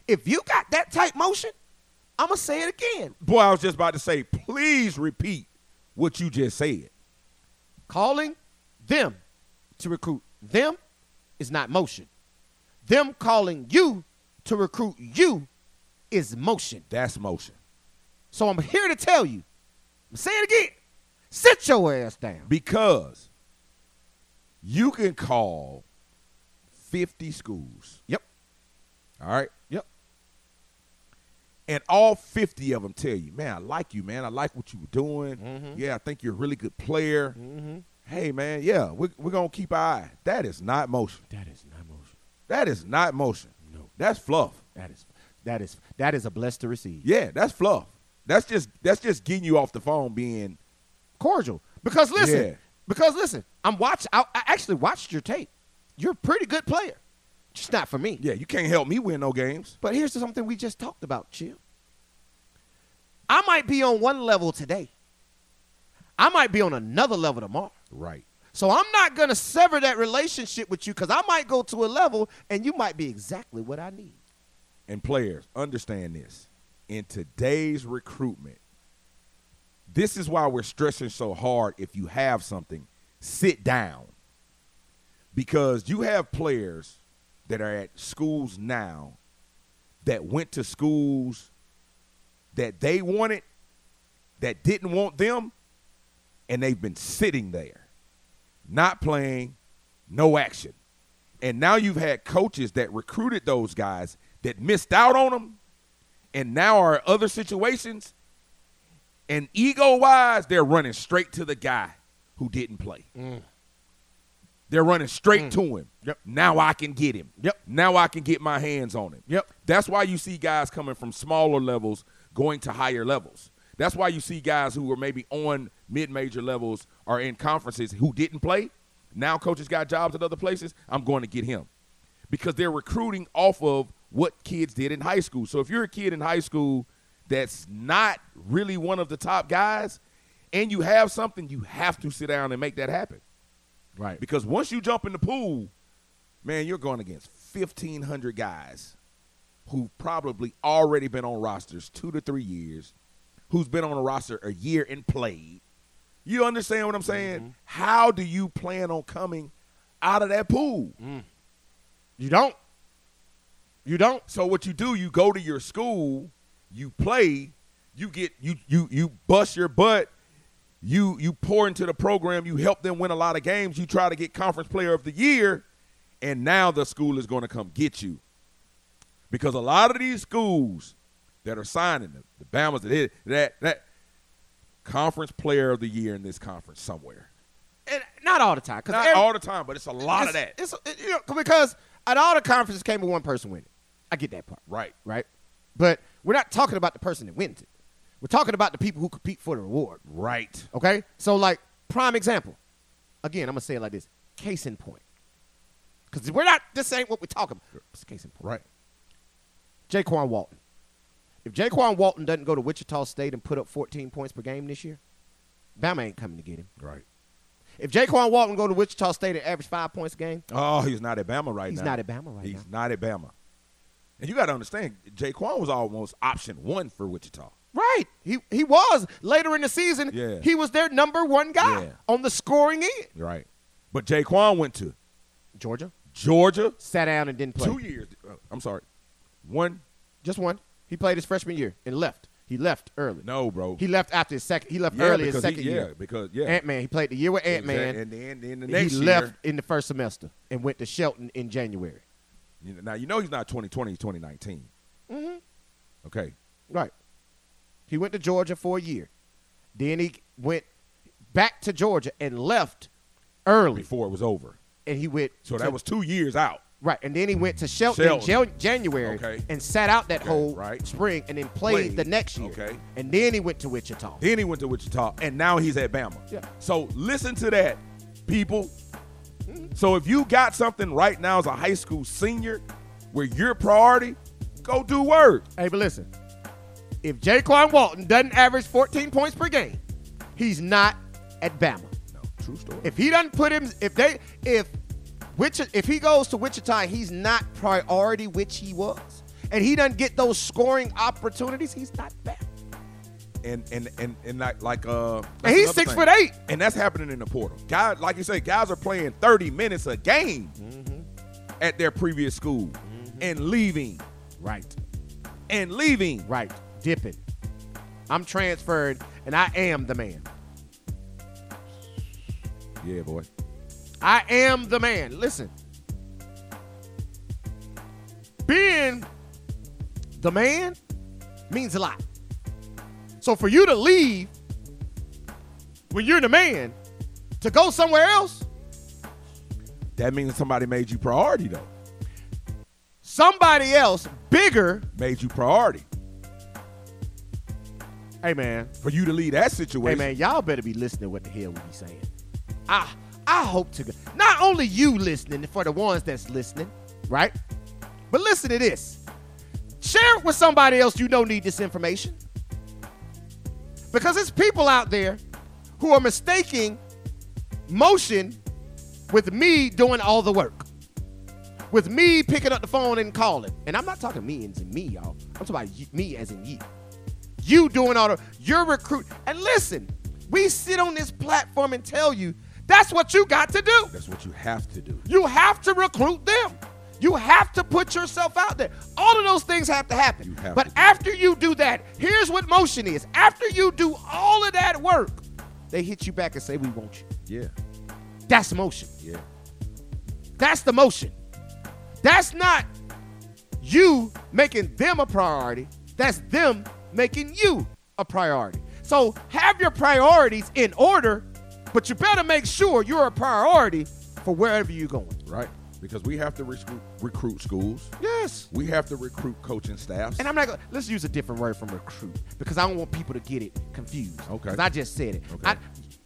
[SPEAKER 2] If you got that type motion, I'm going to say it again.
[SPEAKER 3] boy, I was just about to say, please repeat what you just said.
[SPEAKER 2] calling them to recruit them is not motion. Them calling you to recruit you is motion.
[SPEAKER 3] That's motion.
[SPEAKER 2] So I'm here to tell you, I'm saying it again, sit your ass down.
[SPEAKER 3] Because you can call 50 schools.
[SPEAKER 2] Yep.
[SPEAKER 3] All right.
[SPEAKER 2] Yep.
[SPEAKER 3] And all 50 of them tell you, man, I like you, man. I like what you were doing.
[SPEAKER 2] Mhm.
[SPEAKER 3] Yeah, I think you're a really good player.
[SPEAKER 2] Mm-hmm.
[SPEAKER 3] Hey, man, yeah, we're, we're going to keep our eye. That is not motion.
[SPEAKER 2] That is not motion.
[SPEAKER 3] That is not motion.
[SPEAKER 2] No.
[SPEAKER 3] That's fluff.
[SPEAKER 2] That is that is that is a blessed to receive.
[SPEAKER 3] Yeah, that's fluff. That's just that's just getting you off the phone being
[SPEAKER 2] Cordial. Because listen,
[SPEAKER 3] Yeah.
[SPEAKER 2] because listen, I'm watch I, I actually watched your tape. You're a pretty good player. Just not for me.
[SPEAKER 3] yeah, you can't help me win no games.
[SPEAKER 2] But here's something we just talked about, Chill. I might be on one level today. I might be on another level tomorrow.
[SPEAKER 3] Right.
[SPEAKER 2] So I'm not going to sever that relationship with you because I might go to a level and you might be exactly what I need.
[SPEAKER 3] and players understand this in today's recruitment this is why we're stressing so hard if you have something sit down because you have players that are at schools now that went to schools that they wanted that didn't want them and they've been sitting there not playing no action and now you've had coaches that recruited those guys that missed out on them and now are in other situations. And ego wise, they're running straight to the guy who didn't play. They're running straight to him.
[SPEAKER 2] Mm. Yep.
[SPEAKER 3] Now I can get him.
[SPEAKER 2] Yep.
[SPEAKER 3] Now I can get my hands on him.
[SPEAKER 2] Yep.
[SPEAKER 3] That's why you see guys coming from smaller levels going to higher levels. That's why you see guys who were maybe on mid-major levels or in conferences who didn't play. Now coaches got jobs at other places. I'm going to get him because they're recruiting off of what kids did in high school. So if you're a kid in high school that's not really one of the top guys and you have something, you have to sit down and make that happen.
[SPEAKER 2] Right.
[SPEAKER 3] Because once you jump in the pool, man, you're going against 1,500 guys who've probably already been on rosters two to three years, who's been on a roster a year and played. You understand what I'm saying? How do you plan on coming out of that pool?
[SPEAKER 2] You don't. You don't.
[SPEAKER 3] So what you do, you go to your school, you play, you get you you you bust your butt, you you pour into the program, you help them win a lot of games, you try to get conference player of the year, and now the school is going to come get you. Because a lot of these schools that are signing the, the Bama's that hit that that conference player of the year in this conference somewhere.
[SPEAKER 2] And not all the time. 'cause
[SPEAKER 3] Not
[SPEAKER 2] every-
[SPEAKER 3] all the time, but it's a lot of
[SPEAKER 2] it's-
[SPEAKER 3] that.
[SPEAKER 2] It's, you know, because at all the conferences came with one person winning. I get that part.
[SPEAKER 3] Right.
[SPEAKER 2] Right. But we're not talking about the person that wins it. We're talking about the people who compete for the reward.
[SPEAKER 3] Right.
[SPEAKER 2] Okay? So, like, prime example. Again, I'm going to say it like this case in point. Because we're not, this ain't what we're talking about. It's case in point.
[SPEAKER 3] Right.
[SPEAKER 2] Jaquan Walton. If Jaquan Walton doesn't go to Wichita State and put up 14 points per game this year, Bama ain't coming to get him.
[SPEAKER 3] Right.
[SPEAKER 2] If Jaquan Walton go to Wichita State and average five points a game,
[SPEAKER 3] Oh, he's not at Bama right
[SPEAKER 2] he's
[SPEAKER 3] now.
[SPEAKER 2] not at Bama right
[SPEAKER 3] He's
[SPEAKER 2] now.
[SPEAKER 3] not at Bama. And you got to understand, Jaquan was almost option one for Wichita.
[SPEAKER 2] Right. He he was later in the season.
[SPEAKER 3] Yeah.
[SPEAKER 2] He was their number one guy
[SPEAKER 3] Yeah.
[SPEAKER 2] on the scoring end.
[SPEAKER 3] Right. But Jaquan went to
[SPEAKER 2] Georgia
[SPEAKER 3] Georgia
[SPEAKER 2] sat down and didn't play.
[SPEAKER 3] two years. uh, I'm sorry. One.
[SPEAKER 2] Just one. He played his freshman year and left. He left early.
[SPEAKER 3] No, bro.
[SPEAKER 2] He left after his second. He left
[SPEAKER 3] yeah,
[SPEAKER 2] early his
[SPEAKER 3] because he-
[SPEAKER 2] second
[SPEAKER 3] yeah,
[SPEAKER 2] year.
[SPEAKER 3] because, yeah.
[SPEAKER 2] Ant Man. He played the year with Ant Man.
[SPEAKER 3] And then, then the
[SPEAKER 2] He
[SPEAKER 3] next year.
[SPEAKER 2] left in the first semester and went to Shelton in January.
[SPEAKER 3] you know- Now, you know he's not 2020, he's 2019. Mm-hmm. Okay.
[SPEAKER 2] Right. He went to Georgia for a year. Then he went back to Georgia and left early,
[SPEAKER 3] before it was over.
[SPEAKER 2] and he went.
[SPEAKER 3] So
[SPEAKER 2] to-
[SPEAKER 3] that was two years out.
[SPEAKER 2] right, and then he went to Shelton,
[SPEAKER 3] Shelton.
[SPEAKER 2] in Jan- January
[SPEAKER 3] Okay.
[SPEAKER 2] and sat out that
[SPEAKER 3] Okay,
[SPEAKER 2] whole
[SPEAKER 3] right.
[SPEAKER 2] spring, and then played,
[SPEAKER 3] Played.
[SPEAKER 2] the next year.
[SPEAKER 3] Okay.
[SPEAKER 2] and then he went to Wichita.
[SPEAKER 3] Then he went to Wichita, and now he's at Bama.
[SPEAKER 2] Yeah.
[SPEAKER 3] So listen to that, people.
[SPEAKER 2] Mm-hmm.
[SPEAKER 3] So if you got something right now as a high school senior where your priority, go do work.
[SPEAKER 2] Hey, but listen, if Jaquan Walton doesn't average 14 points per game, he's not at Bama.
[SPEAKER 3] No, true story.
[SPEAKER 2] If he doesn't put him, if they, if Wichita, if he goes to Wichita, and he's not priority, which he was, and he doesn't get those scoring opportunities, he's not back.
[SPEAKER 3] and and and and like like uh
[SPEAKER 2] And he's
[SPEAKER 3] that's another
[SPEAKER 2] six
[SPEAKER 3] thing.
[SPEAKER 2] foot eight.
[SPEAKER 3] and that's happening in the portal guys like you say guys are playing 30 minutes a game
[SPEAKER 2] Mm-hmm.
[SPEAKER 3] at their previous school and leaving
[SPEAKER 2] Right,
[SPEAKER 3] and leaving
[SPEAKER 2] right, dipping. I'm transferred, and I am the man.
[SPEAKER 3] yeah boy
[SPEAKER 2] I am the man. Listen, being the man means a lot. So for you to leave when you're the man to go somewhere else,
[SPEAKER 3] that means somebody made you priority though
[SPEAKER 2] somebody else bigger,
[SPEAKER 3] made you priority
[SPEAKER 2] hey man,
[SPEAKER 3] for you to leave that
[SPEAKER 2] hey
[SPEAKER 3] situation
[SPEAKER 2] man, y'all better be listening what the hell we be saying. I I hope to God. Not only you listening for the ones that's listening, right? But listen to this. Share it with somebody else you know need this information. Because it's people out there who are mistaking motion with me doing all the work. With me picking up the phone and calling. And I'm not talking me as in me, y'all. I'm talking about you, me as in you. You doing all the, you're recruit. And listen, we sit on this platform and tell you that's what you got to do.
[SPEAKER 3] that's what you have to do
[SPEAKER 2] You have to recruit them. You have to put yourself out there. All of those things have to happen.
[SPEAKER 3] You have
[SPEAKER 2] but
[SPEAKER 3] to do
[SPEAKER 2] after you do that, here's what motion is. After you do all of that work, they hit you back and say, We want you.
[SPEAKER 3] yeah
[SPEAKER 2] That's motion.
[SPEAKER 3] yeah
[SPEAKER 2] That's the motion. That's not you making them a priority. That's them making you a priority. So have your priorities in order, but you better make sure you're a priority for wherever you're going.
[SPEAKER 3] right because we have to recruit recruit schools
[SPEAKER 2] Yes.
[SPEAKER 3] we have to recruit coaching staffs
[SPEAKER 2] And I'm not gonna let's use a different word from recruit because I don't want people to get it confused.
[SPEAKER 3] Okay.
[SPEAKER 2] 'Cause I just said it.
[SPEAKER 3] Okay.
[SPEAKER 2] I-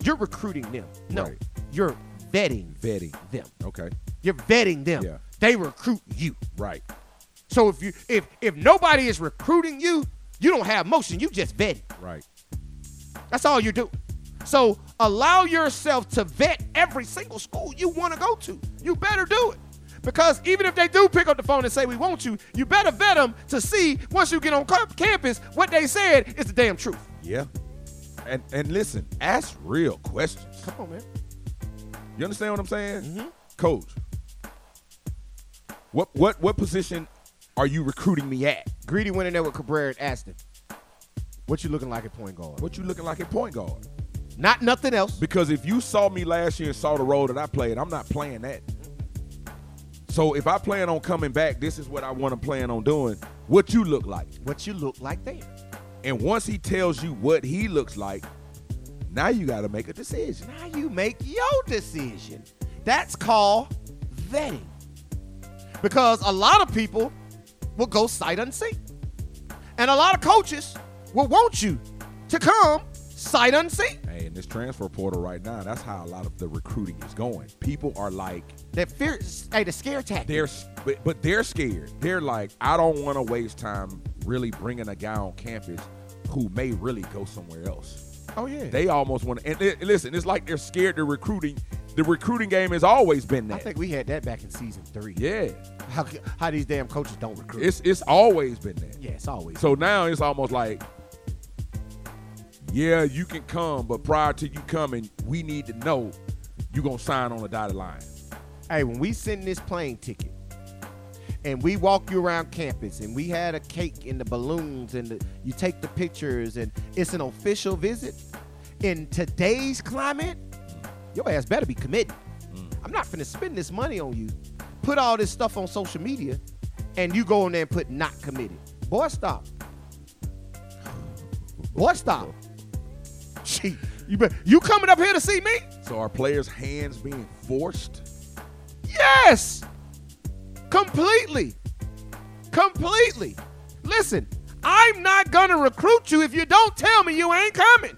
[SPEAKER 2] you're recruiting them. No,
[SPEAKER 3] Right.
[SPEAKER 2] you're vetting
[SPEAKER 3] vetting
[SPEAKER 2] them.
[SPEAKER 3] okay
[SPEAKER 2] You're vetting them.
[SPEAKER 3] Yeah.
[SPEAKER 2] They recruit you.
[SPEAKER 3] right
[SPEAKER 2] So if you if if nobody is recruiting you, you don't have motion. You just vetting.
[SPEAKER 3] right
[SPEAKER 2] That's all you do. So allow yourself to vet every single school you want to go to. You better do it. Because even if they do pick up the phone and say, we want you, you better vet them to see once you get on com- campus what they said is the damn truth.
[SPEAKER 3] Yeah. And and listen, ask real questions.
[SPEAKER 2] Come on, man.
[SPEAKER 3] You understand what I'm saying? Coach. What what what position are you recruiting me at?
[SPEAKER 2] Greedy went in there with Cabrera and asked him, what you looking like at point guard?
[SPEAKER 3] What you looking like at point guard?
[SPEAKER 2] Not nothing else.
[SPEAKER 3] Because if you saw me last year and saw the role that I played, I'm not playing that. So if I plan on coming back, this is what I want to plan on doing. What you look like.
[SPEAKER 2] What you look like there.
[SPEAKER 3] And once he tells you what he looks like, now you got to make a decision.
[SPEAKER 2] Now you make your decision. That's called vetting. Because a lot of people will go sight unseen. And a lot of coaches will want you to come sight unseen.
[SPEAKER 3] Hey, in this transfer portal right now, that's how a lot of the recruiting is going. People are like,
[SPEAKER 2] That fear, hey, the scare tactic.
[SPEAKER 3] they're, but, but they're scared. They're like, I don't want to waste time really bringing a guy on campus who may really go somewhere else.
[SPEAKER 2] oh yeah.
[SPEAKER 3] They almost want to, and it- listen, it's like they're scared to recruiting. The recruiting game has always been
[SPEAKER 2] I
[SPEAKER 3] that.
[SPEAKER 2] think we had that back in season three.
[SPEAKER 3] yeah,
[SPEAKER 2] How, how these damn coaches don't recruit.
[SPEAKER 3] it's it's always been that.
[SPEAKER 2] yeah, it's always.
[SPEAKER 3] So now it's almost like, yeah, you can come, but prior to you coming, we need to know you gonna sign on a dotted line.
[SPEAKER 2] hey, when we send this plane ticket and we walk you around campus and we had a cake and the balloons and the, you take the pictures and it's an official visit, in today's climate, your ass better be committed. I'm not finna spend this money on you, put all this stuff on social media, and you go in there and put not committed. Boy, stop. Boy, stop. Gee, you, be, you coming up here to see me?
[SPEAKER 3] So are players' hands being forced?
[SPEAKER 2] Yes! Completely. Completely. Listen, I'm not going to recruit you if you don't tell me you ain't coming.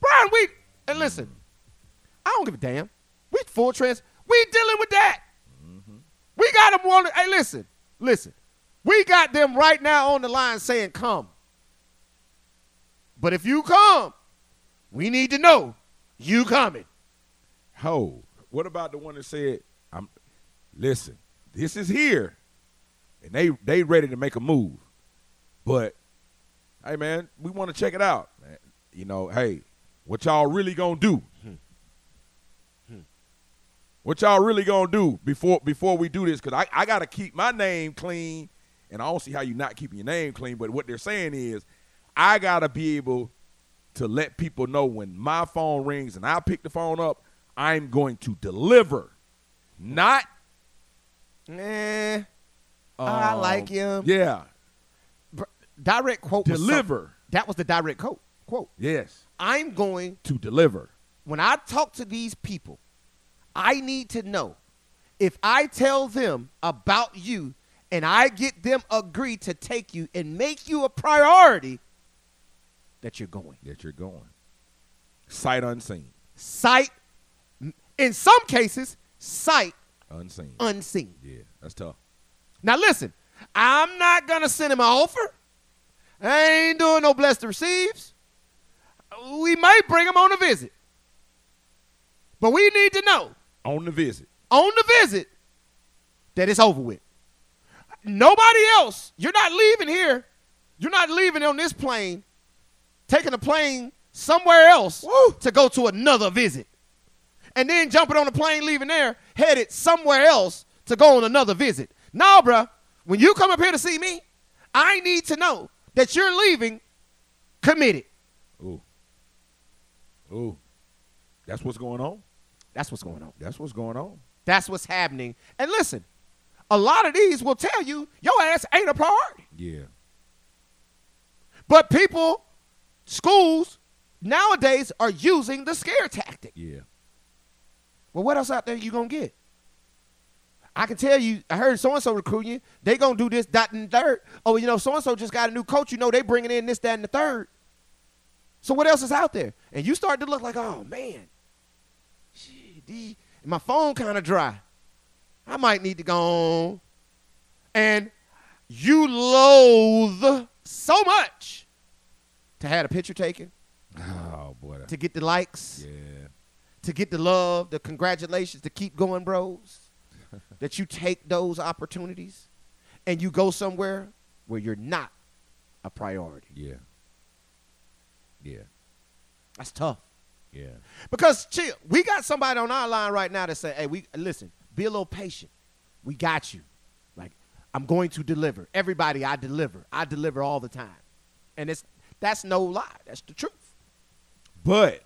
[SPEAKER 2] Brian, we, and listen, I don't give a damn. We full trans, we dealing with that. We got them wanting, hey, listen, listen. We got them right now on the line saying come. But if you come, we need to know you coming.
[SPEAKER 3] Ho, what about the one that said, "I'm listen, this is here, and they they ready to make a move, but hey man, we want to check it out, man. you know, hey, what y'all really gonna do? What y'all really gonna do before before we do this? Cause I, I gotta keep my name clean, and I don't see how you not keeping your name clean. But what they're saying is, I gotta be able to let people know when my phone rings and I pick the phone up, I'm going to deliver, not
[SPEAKER 2] Eh, I
[SPEAKER 3] um,
[SPEAKER 2] like him.
[SPEAKER 3] Yeah,
[SPEAKER 2] Br- Direct quote. was
[SPEAKER 3] deliver.
[SPEAKER 2] some- that was the direct quote. Quote.
[SPEAKER 3] Yes,
[SPEAKER 2] I'm going
[SPEAKER 3] to deliver.
[SPEAKER 2] when I talk to these people. I need to know if I tell them about you and I get them agree to take you and make you a priority that you're going.
[SPEAKER 3] That you're going. Sight unseen,
[SPEAKER 2] Sight in some cases sight
[SPEAKER 3] unseen.
[SPEAKER 2] unseen.
[SPEAKER 3] yeah, that's tough.
[SPEAKER 2] Now listen, I'm not gonna send him an offer. I ain't doing no blessed receives. We may bring him on a visit. But we need to know
[SPEAKER 3] On the visit.
[SPEAKER 2] on the visit that it's over with. Nobody else, you're not leaving here. You're not leaving on this plane, taking a plane somewhere else to go to another visit. And then jumping on a plane, leaving there, headed somewhere else to go on another visit. Nah, bruh, when you come up here to see me, I need to know that you're leaving committed.
[SPEAKER 3] Ooh, ooh, that's what's going on.
[SPEAKER 2] That's what's going on.
[SPEAKER 3] That's what's going on.
[SPEAKER 2] That's what's happening. And listen, a lot of these will tell you your ass ain't a priority.
[SPEAKER 3] Yeah,
[SPEAKER 2] But people, schools nowadays are using the scare tactic.
[SPEAKER 3] yeah.
[SPEAKER 2] Well, what else out there you gonna get? I can tell you, I heard so and so recruiting you. They gonna do this, that, and the third. Oh, you know, so and so just got a new coach. You know, they bringing in this, that, and the third. So what else is out there? And you start to look like, oh man, shit, these- my phone kind of dry. I might need to go on. And you loathe so much to have a picture taken,
[SPEAKER 3] Oh boy. that-
[SPEAKER 2] to get the likes
[SPEAKER 3] Yeah.
[SPEAKER 2] to get the love, the congratulations, to keep going, bros, that you take those opportunities and you go somewhere where you're not a priority.
[SPEAKER 3] Yeah. Yeah.
[SPEAKER 2] That's tough.
[SPEAKER 3] Yeah.
[SPEAKER 2] Because chill, we got somebody on our line right now that say, "Hey, we listen, be a little patient. We got you. Like I'm going to deliver. Everybody, I deliver. I deliver all the time." And it's that's no lie. That's the truth.
[SPEAKER 3] But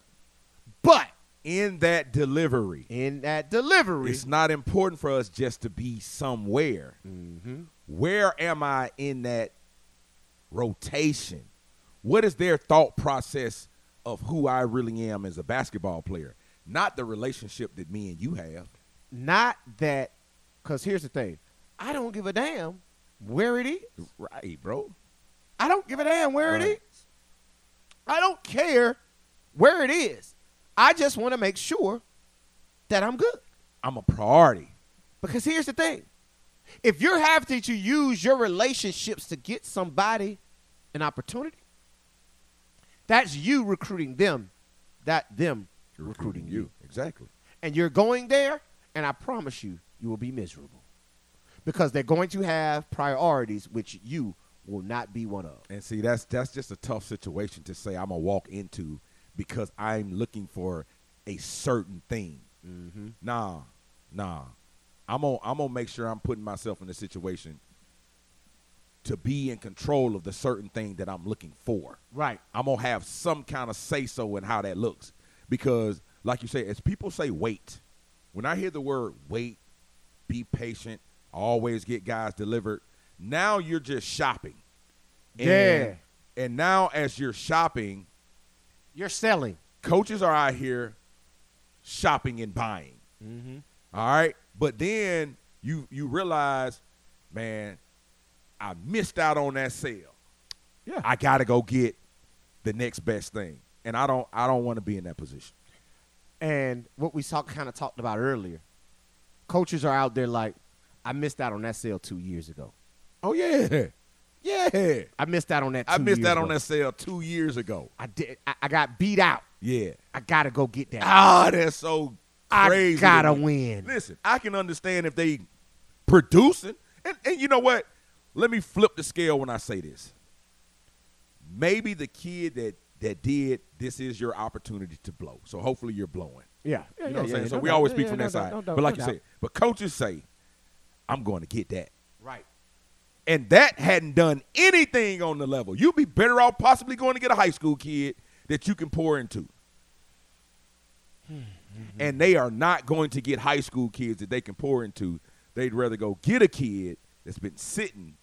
[SPEAKER 2] But
[SPEAKER 3] in that delivery,
[SPEAKER 2] in that delivery,
[SPEAKER 3] it's not important for us just to be somewhere.
[SPEAKER 2] Mhm.
[SPEAKER 3] Where am I in that rotation? What is their thought process of who I really am as a basketball player? Not the relationship that me and you have.
[SPEAKER 2] not that because here's the thing i don't give a damn where it is
[SPEAKER 3] Right, bro.
[SPEAKER 2] i don't give a damn where
[SPEAKER 3] Right.
[SPEAKER 2] it is i don't care where it is i just want to make sure that i'm good
[SPEAKER 3] I'm a priority.
[SPEAKER 2] because here's the thing if you're having to use your relationships to get somebody an opportunity that's you recruiting them that them recruiting you
[SPEAKER 3] Mm-hmm. Exactly.
[SPEAKER 2] and you're going there, and I promise you, you will be miserable because they're going to have priorities which you will not be one of.
[SPEAKER 3] And see, that's that's just a tough situation to say I'm gonna walk into because I'm looking for a certain thing.
[SPEAKER 2] Mm-hmm.
[SPEAKER 3] Nah, nah. I'm gonna I'm gonna make sure I'm putting myself in a situation to be in control of the certain thing that I'm looking for.
[SPEAKER 2] Right.
[SPEAKER 3] I'm gonna have some kind of say so in how that looks because, like you say, as people say, wait. When I hear the word wait, be patient, always get guys delivered. Now you're just shopping.
[SPEAKER 2] Yeah.
[SPEAKER 3] And now as you're shopping,
[SPEAKER 2] You're selling.
[SPEAKER 3] coaches are out here shopping and buying. All right, but then you you realize, man, I missed out on that sale.
[SPEAKER 2] Yeah.
[SPEAKER 3] I gotta go get the next best thing, and I don't I don't want to be in that position.
[SPEAKER 2] And what we talk, kind of talked about earlier, coaches are out there like, I missed out on that sale two years ago.
[SPEAKER 3] Oh yeah, yeah.
[SPEAKER 2] I missed out on that. Two
[SPEAKER 3] I missed
[SPEAKER 2] years
[SPEAKER 3] out on
[SPEAKER 2] ago.
[SPEAKER 3] that sale two years ago.
[SPEAKER 2] I did. I, I got beat out.
[SPEAKER 3] Yeah.
[SPEAKER 2] I gotta go get that.
[SPEAKER 3] Ah, that's so
[SPEAKER 2] I
[SPEAKER 3] crazy. to
[SPEAKER 2] gotta
[SPEAKER 3] me.
[SPEAKER 2] win.
[SPEAKER 3] Listen, I can understand if they producing, and, and you know what? Let me flip the scale when I say this. Maybe the kid that that did this is your opportunity to blow. So hopefully you're blowing.
[SPEAKER 2] Yeah,
[SPEAKER 3] You know what I'm saying? so we always speak from that side. but like you said, but coaches say, I'm going to get that.
[SPEAKER 2] right?
[SPEAKER 3] And that hadn't done anything on the level. You'd be better off possibly going to get a high school kid that you can pour into. And they are not going to get high school kids that they can pour into. They'd rather go get a kid that's been sitting,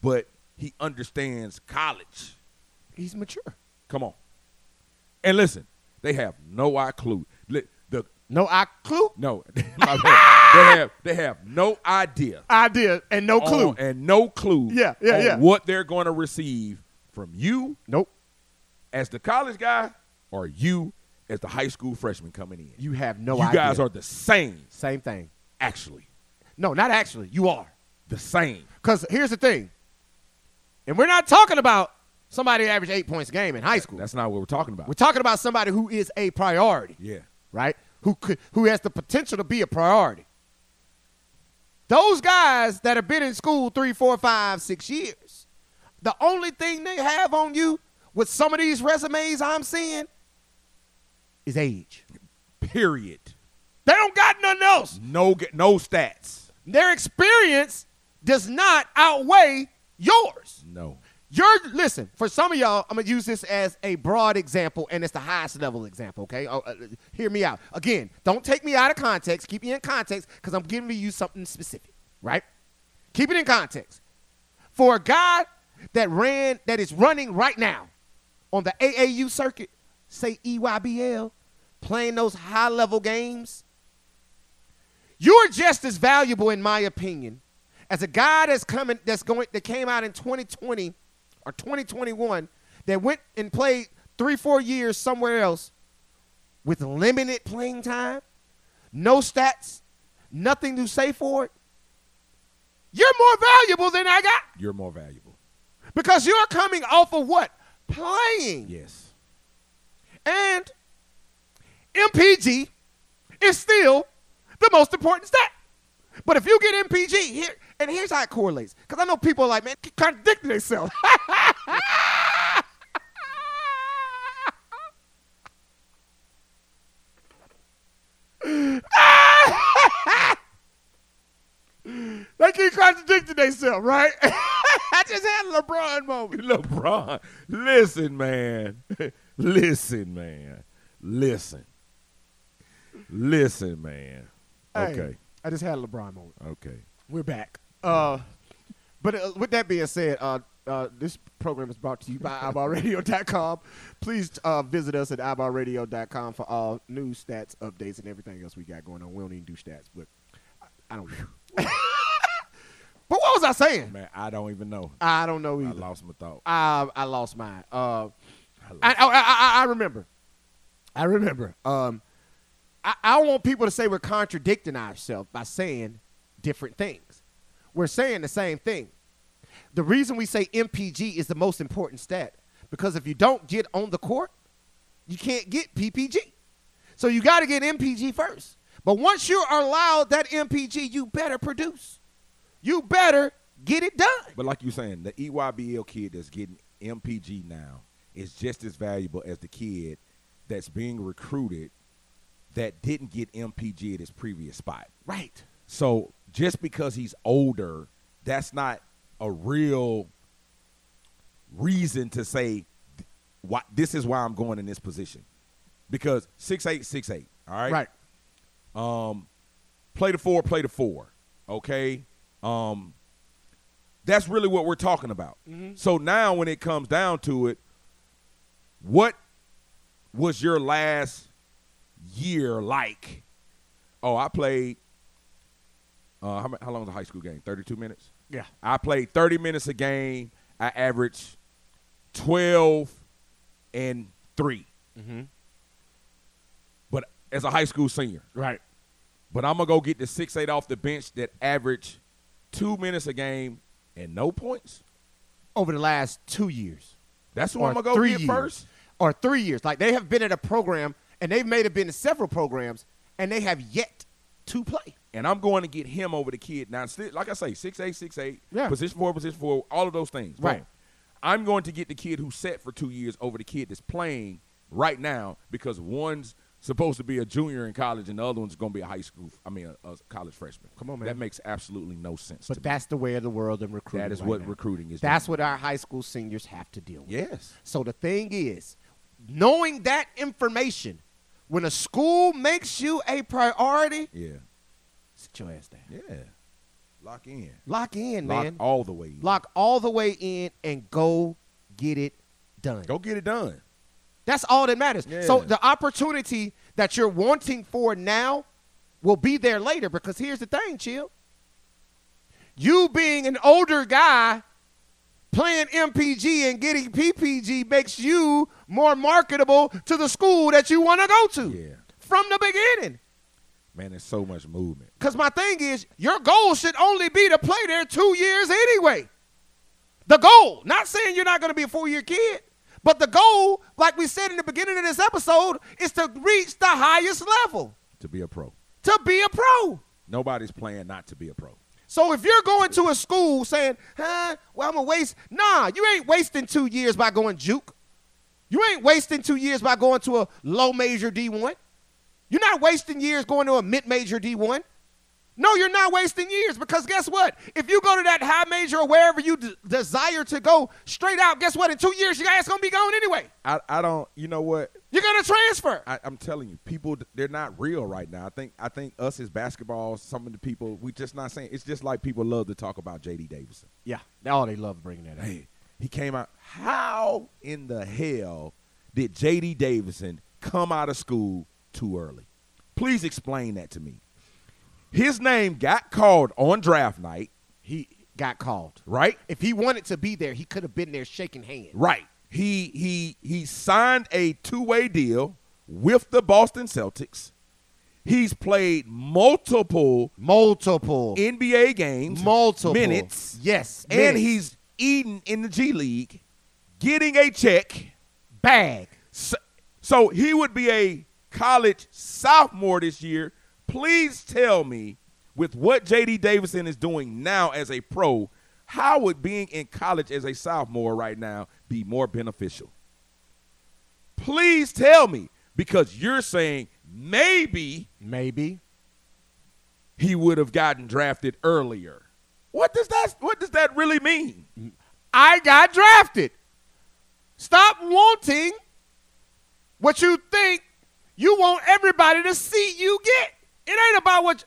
[SPEAKER 3] but he understands college.
[SPEAKER 2] He's mature.
[SPEAKER 3] Come on. And listen, they have no I clue. Li- The
[SPEAKER 2] No, I clue
[SPEAKER 3] no, my bad. they have they have no idea
[SPEAKER 2] idea and no clue.
[SPEAKER 3] on- Oh, and no clue
[SPEAKER 2] Yeah, yeah,
[SPEAKER 3] on
[SPEAKER 2] yeah.
[SPEAKER 3] what they're going to receive from you
[SPEAKER 2] nope.
[SPEAKER 3] as the college guy or you as the high school freshman coming in.
[SPEAKER 2] You have no
[SPEAKER 3] you
[SPEAKER 2] idea.
[SPEAKER 3] guys are the same,
[SPEAKER 2] same thing.
[SPEAKER 3] actually.
[SPEAKER 2] No, not actually. You are.
[SPEAKER 3] The same.
[SPEAKER 2] Because here's the thing, and we're not talking about somebody who averaged eight points a game in high school.
[SPEAKER 3] That's not what we're talking about.
[SPEAKER 2] we're talking about somebody who is a priority.
[SPEAKER 3] yeah.
[SPEAKER 2] right? Who could, who has the potential to be a priority. Those guys that have been in school three, four, five, six years, the only thing they have on you with some of these resumes I'm seeing is age.
[SPEAKER 3] Period.
[SPEAKER 2] They don't got nothing else.
[SPEAKER 3] No g- no stats.
[SPEAKER 2] Their experience does not outweigh yours.
[SPEAKER 3] No.
[SPEAKER 2] Your listen for some of y'all. I'm gonna use this as a broad example, and it's the highest level example. Okay, Oh, uh, hear me out. Again, don't take me out of context. Keep me in context because I'm giving you something specific. Right? Keep it in context. For a guy that ran that is running right now on the AAU circuit, say E EYBL, playing those high level games, you're just as valuable, in my opinion, as a guy that's coming that's going that came out in 2020 or 2021 that went and played three, four years somewhere else with limited playing time, no stats, nothing to say for it. You're more valuable than I got
[SPEAKER 3] You're more valuable.
[SPEAKER 2] because you're coming off of what? Playing.
[SPEAKER 3] Yes.
[SPEAKER 2] And MPG is still the most important stat. But if you get MPG here, and here's how it correlates, because I know people are like, man, keep contradicting themselves. they keep contradicting themselves, right? I just had a LeBron moment.
[SPEAKER 3] LeBron, listen, man. listen, man. Listen. Listen, man.
[SPEAKER 2] Hey,
[SPEAKER 3] Okay.
[SPEAKER 2] I just had a LeBron moment.
[SPEAKER 3] Okay.
[SPEAKER 2] We're back. Uh, but uh, with that being said, uh, uh, this program is brought to you by iBallRadio.com. Please uh, visit us at iBallRadio.com for all news, stats, updates, and everything else we got going on. We don't even do stats, but I, I don't know. but what was I saying?
[SPEAKER 3] Man, I don't even know.
[SPEAKER 2] I don't know
[SPEAKER 3] I
[SPEAKER 2] either.
[SPEAKER 3] lost my thought.
[SPEAKER 2] I, I lost mine. Uh,
[SPEAKER 3] I lost-
[SPEAKER 2] I, I, I, I- I remember. I remember. Um, I, I don't want people to say we're contradicting ourselves by saying different things. We're saying the same thing. The reason we say MPG is the most important stat because if you don't get on the court, you can't get PPG. So you got to get MPG first. But once you're allowed that MPG, you better produce. You better get it done.
[SPEAKER 3] But like you saying, the E EYBL kid that's getting MPG now is just as valuable as the kid that's being recruited that didn't get MPG at his previous spot.
[SPEAKER 2] Right.
[SPEAKER 3] So just because he's older, that's not a real reason to say why this is why I'm going in this position. Because six eight, six eight. All right.
[SPEAKER 2] Right.
[SPEAKER 3] play the four, play the four. Okay, um, that's really what we're talking about. So now, when it comes down to it, what was your last year like? Oh, I played. Uh, how, mu- how long was a high school game? Thirty-two minutes.
[SPEAKER 2] Yeah.
[SPEAKER 3] I played thirty minutes a game. I averaged twelve and 3 But as a high school senior,
[SPEAKER 2] Right.
[SPEAKER 3] but I'm gonna go get the six eight off the bench that average two minutes a game and no points.
[SPEAKER 2] Over the last two years.
[SPEAKER 3] That's who
[SPEAKER 2] or
[SPEAKER 3] I'm gonna go
[SPEAKER 2] three
[SPEAKER 3] get
[SPEAKER 2] years,
[SPEAKER 3] first.
[SPEAKER 2] Or three years. Like they have been at a program and they may have been to several programs and they have yet to play.
[SPEAKER 3] and I'm going to get him over the kid. Now, sti- like I say, six eight, six eight,
[SPEAKER 2] Yeah.
[SPEAKER 3] position four, position four, all of those things.
[SPEAKER 2] Right.
[SPEAKER 3] Boom. I'm going to get the kid who's set for two years over the kid that's playing right now because one's supposed to be a junior in college and the other one's going to be a high school. I mean, a, a college freshman. Come
[SPEAKER 2] on, man.
[SPEAKER 3] That makes absolutely no sense. to
[SPEAKER 2] But
[SPEAKER 3] me.
[SPEAKER 2] that's the way of the world in recruiting.
[SPEAKER 3] that is
[SPEAKER 2] right
[SPEAKER 3] what
[SPEAKER 2] now.
[SPEAKER 3] recruiting is.
[SPEAKER 2] That's
[SPEAKER 3] doing.
[SPEAKER 2] what our high school seniors have to deal with.
[SPEAKER 3] Yes.
[SPEAKER 2] So the thing is, knowing that information, when a school makes you a priority,
[SPEAKER 3] Yeah.
[SPEAKER 2] sit your ass down.
[SPEAKER 3] Yeah. Lock in.
[SPEAKER 2] Lock in,
[SPEAKER 3] Lock
[SPEAKER 2] man.
[SPEAKER 3] all the way. in.
[SPEAKER 2] Lock all the way in and go get it done.
[SPEAKER 3] Go get it done.
[SPEAKER 2] That's all that matters. So
[SPEAKER 3] Yeah.
[SPEAKER 2] the opportunity that you're wanting for now will be there later because here's the thing, chill. You being an older guy playing MPG and getting PPG makes you more marketable to the school that you want to go to
[SPEAKER 3] Yeah.
[SPEAKER 2] from the beginning.
[SPEAKER 3] Man, there's so much movement.
[SPEAKER 2] Because my thing is, your goal should only be to play there two years anyway. The goal, not saying you're not going to be a four year kid, but the goal, like we said in the beginning of this episode, is to reach the highest level,
[SPEAKER 3] to be a pro.
[SPEAKER 2] to be a pro.
[SPEAKER 3] Nobody's playing not to be a pro.
[SPEAKER 2] So if you're going to a school saying, huh, well, I'm going to waste, nah, you ain't wasting two years by going juke. You ain't wasting two years by going to a low major D1. You're not wasting years going to a mid major D1. No, you're not wasting years because guess what? If you go to that high major or wherever you d- desire to go straight out, guess what? In two years, your ass going to be gone anyway.
[SPEAKER 3] I, I don't. You know what?
[SPEAKER 2] You're going to transfer.
[SPEAKER 3] I, I'm telling you, people they're not real right now. I think I think us as basketball, some of the people we just not saying. It's just like people love to talk about J.D. Davidson.
[SPEAKER 2] yeah, all they love bringing that
[SPEAKER 3] Hey, he came out. How in the hell did J.D. Davidson come out of school too early? Please explain that to me. His name got called on draft night,
[SPEAKER 2] He got called.
[SPEAKER 3] right?
[SPEAKER 2] If he wanted to be there, he could have been there shaking hands.
[SPEAKER 3] Right. He he he signed a two-way deal with the Boston Celtics. He's played multiple
[SPEAKER 2] Multiple.
[SPEAKER 3] NBA games,
[SPEAKER 2] multiple
[SPEAKER 3] minutes,
[SPEAKER 2] Yes,
[SPEAKER 3] and he's eating in the G League, getting a check.
[SPEAKER 2] bag.
[SPEAKER 3] So, so he would be a college sophomore this year. Please tell me, with what J.D. Davidson is doing now as a pro, how would being in college as a sophomore right now be more beneficial? Please tell me, because you're saying maybe
[SPEAKER 2] Maybe
[SPEAKER 3] he would have gotten drafted earlier. What does that what does that really mean?
[SPEAKER 2] I got drafted. Stop wanting what you think you want everybody to see you get. It ain't about what.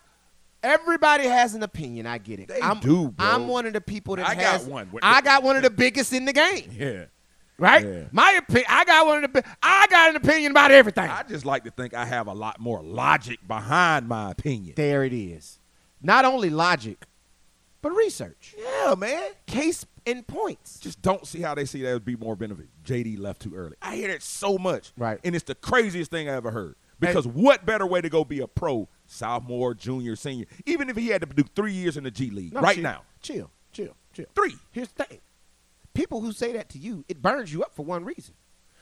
[SPEAKER 2] everybody has an opinion. I get it.
[SPEAKER 3] They
[SPEAKER 2] I'm,
[SPEAKER 3] do, bro.
[SPEAKER 2] I'm one of the people that
[SPEAKER 3] I got
[SPEAKER 2] has,
[SPEAKER 3] one.
[SPEAKER 2] I got one of the biggest in the game.
[SPEAKER 3] Yeah.
[SPEAKER 2] Right.
[SPEAKER 3] Yeah.
[SPEAKER 2] My opinion. I got one of the. bi- I got an opinion about everything.
[SPEAKER 3] I just like to think I have a lot more logic behind my opinion.
[SPEAKER 2] there it is. Not only logic, but research.
[SPEAKER 3] Yeah, man.
[SPEAKER 2] Case in points.
[SPEAKER 3] just don't see how they see that would be more benefit. JD left too early. I hear that so much.
[SPEAKER 2] Right.
[SPEAKER 3] And it's the craziest thing I ever heard. Because what better way to go be a pro, sophomore, junior, senior, even if he had to do three years in the G League
[SPEAKER 2] No,
[SPEAKER 3] right
[SPEAKER 2] chill,
[SPEAKER 3] now?
[SPEAKER 2] Chill, chill, chill.
[SPEAKER 3] Three.
[SPEAKER 2] Here's the thing people who say that to you, it burns you up for one reason.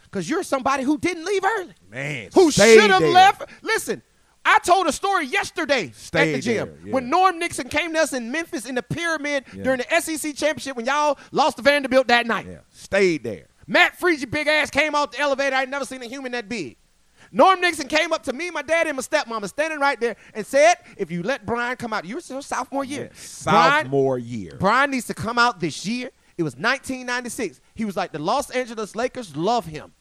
[SPEAKER 2] Because you're somebody who didn't leave early,
[SPEAKER 3] Man.
[SPEAKER 2] who
[SPEAKER 3] stay
[SPEAKER 2] should have
[SPEAKER 3] there.
[SPEAKER 2] left. Listen, I told a story yesterday
[SPEAKER 3] Stay
[SPEAKER 2] at the gym
[SPEAKER 3] there, yeah.
[SPEAKER 2] when Norm Nixon came to us in Memphis in the pyramid
[SPEAKER 3] Yeah.
[SPEAKER 2] during the SEC championship when y'all lost to Vanderbilt that night.
[SPEAKER 3] Yeah. Stayed there.
[SPEAKER 2] Matt Freezy, big ass, came off the elevator. I ain't never seen a human that big. Norm Nixon came up to me, my dad, and my stepmama standing right there and said, if you let Brian come out, you were still sophomore year. Brian,
[SPEAKER 3] Sophomore year.
[SPEAKER 2] Brian needs to come out this year. It was 1996. He was like, the Los Angeles Lakers love him.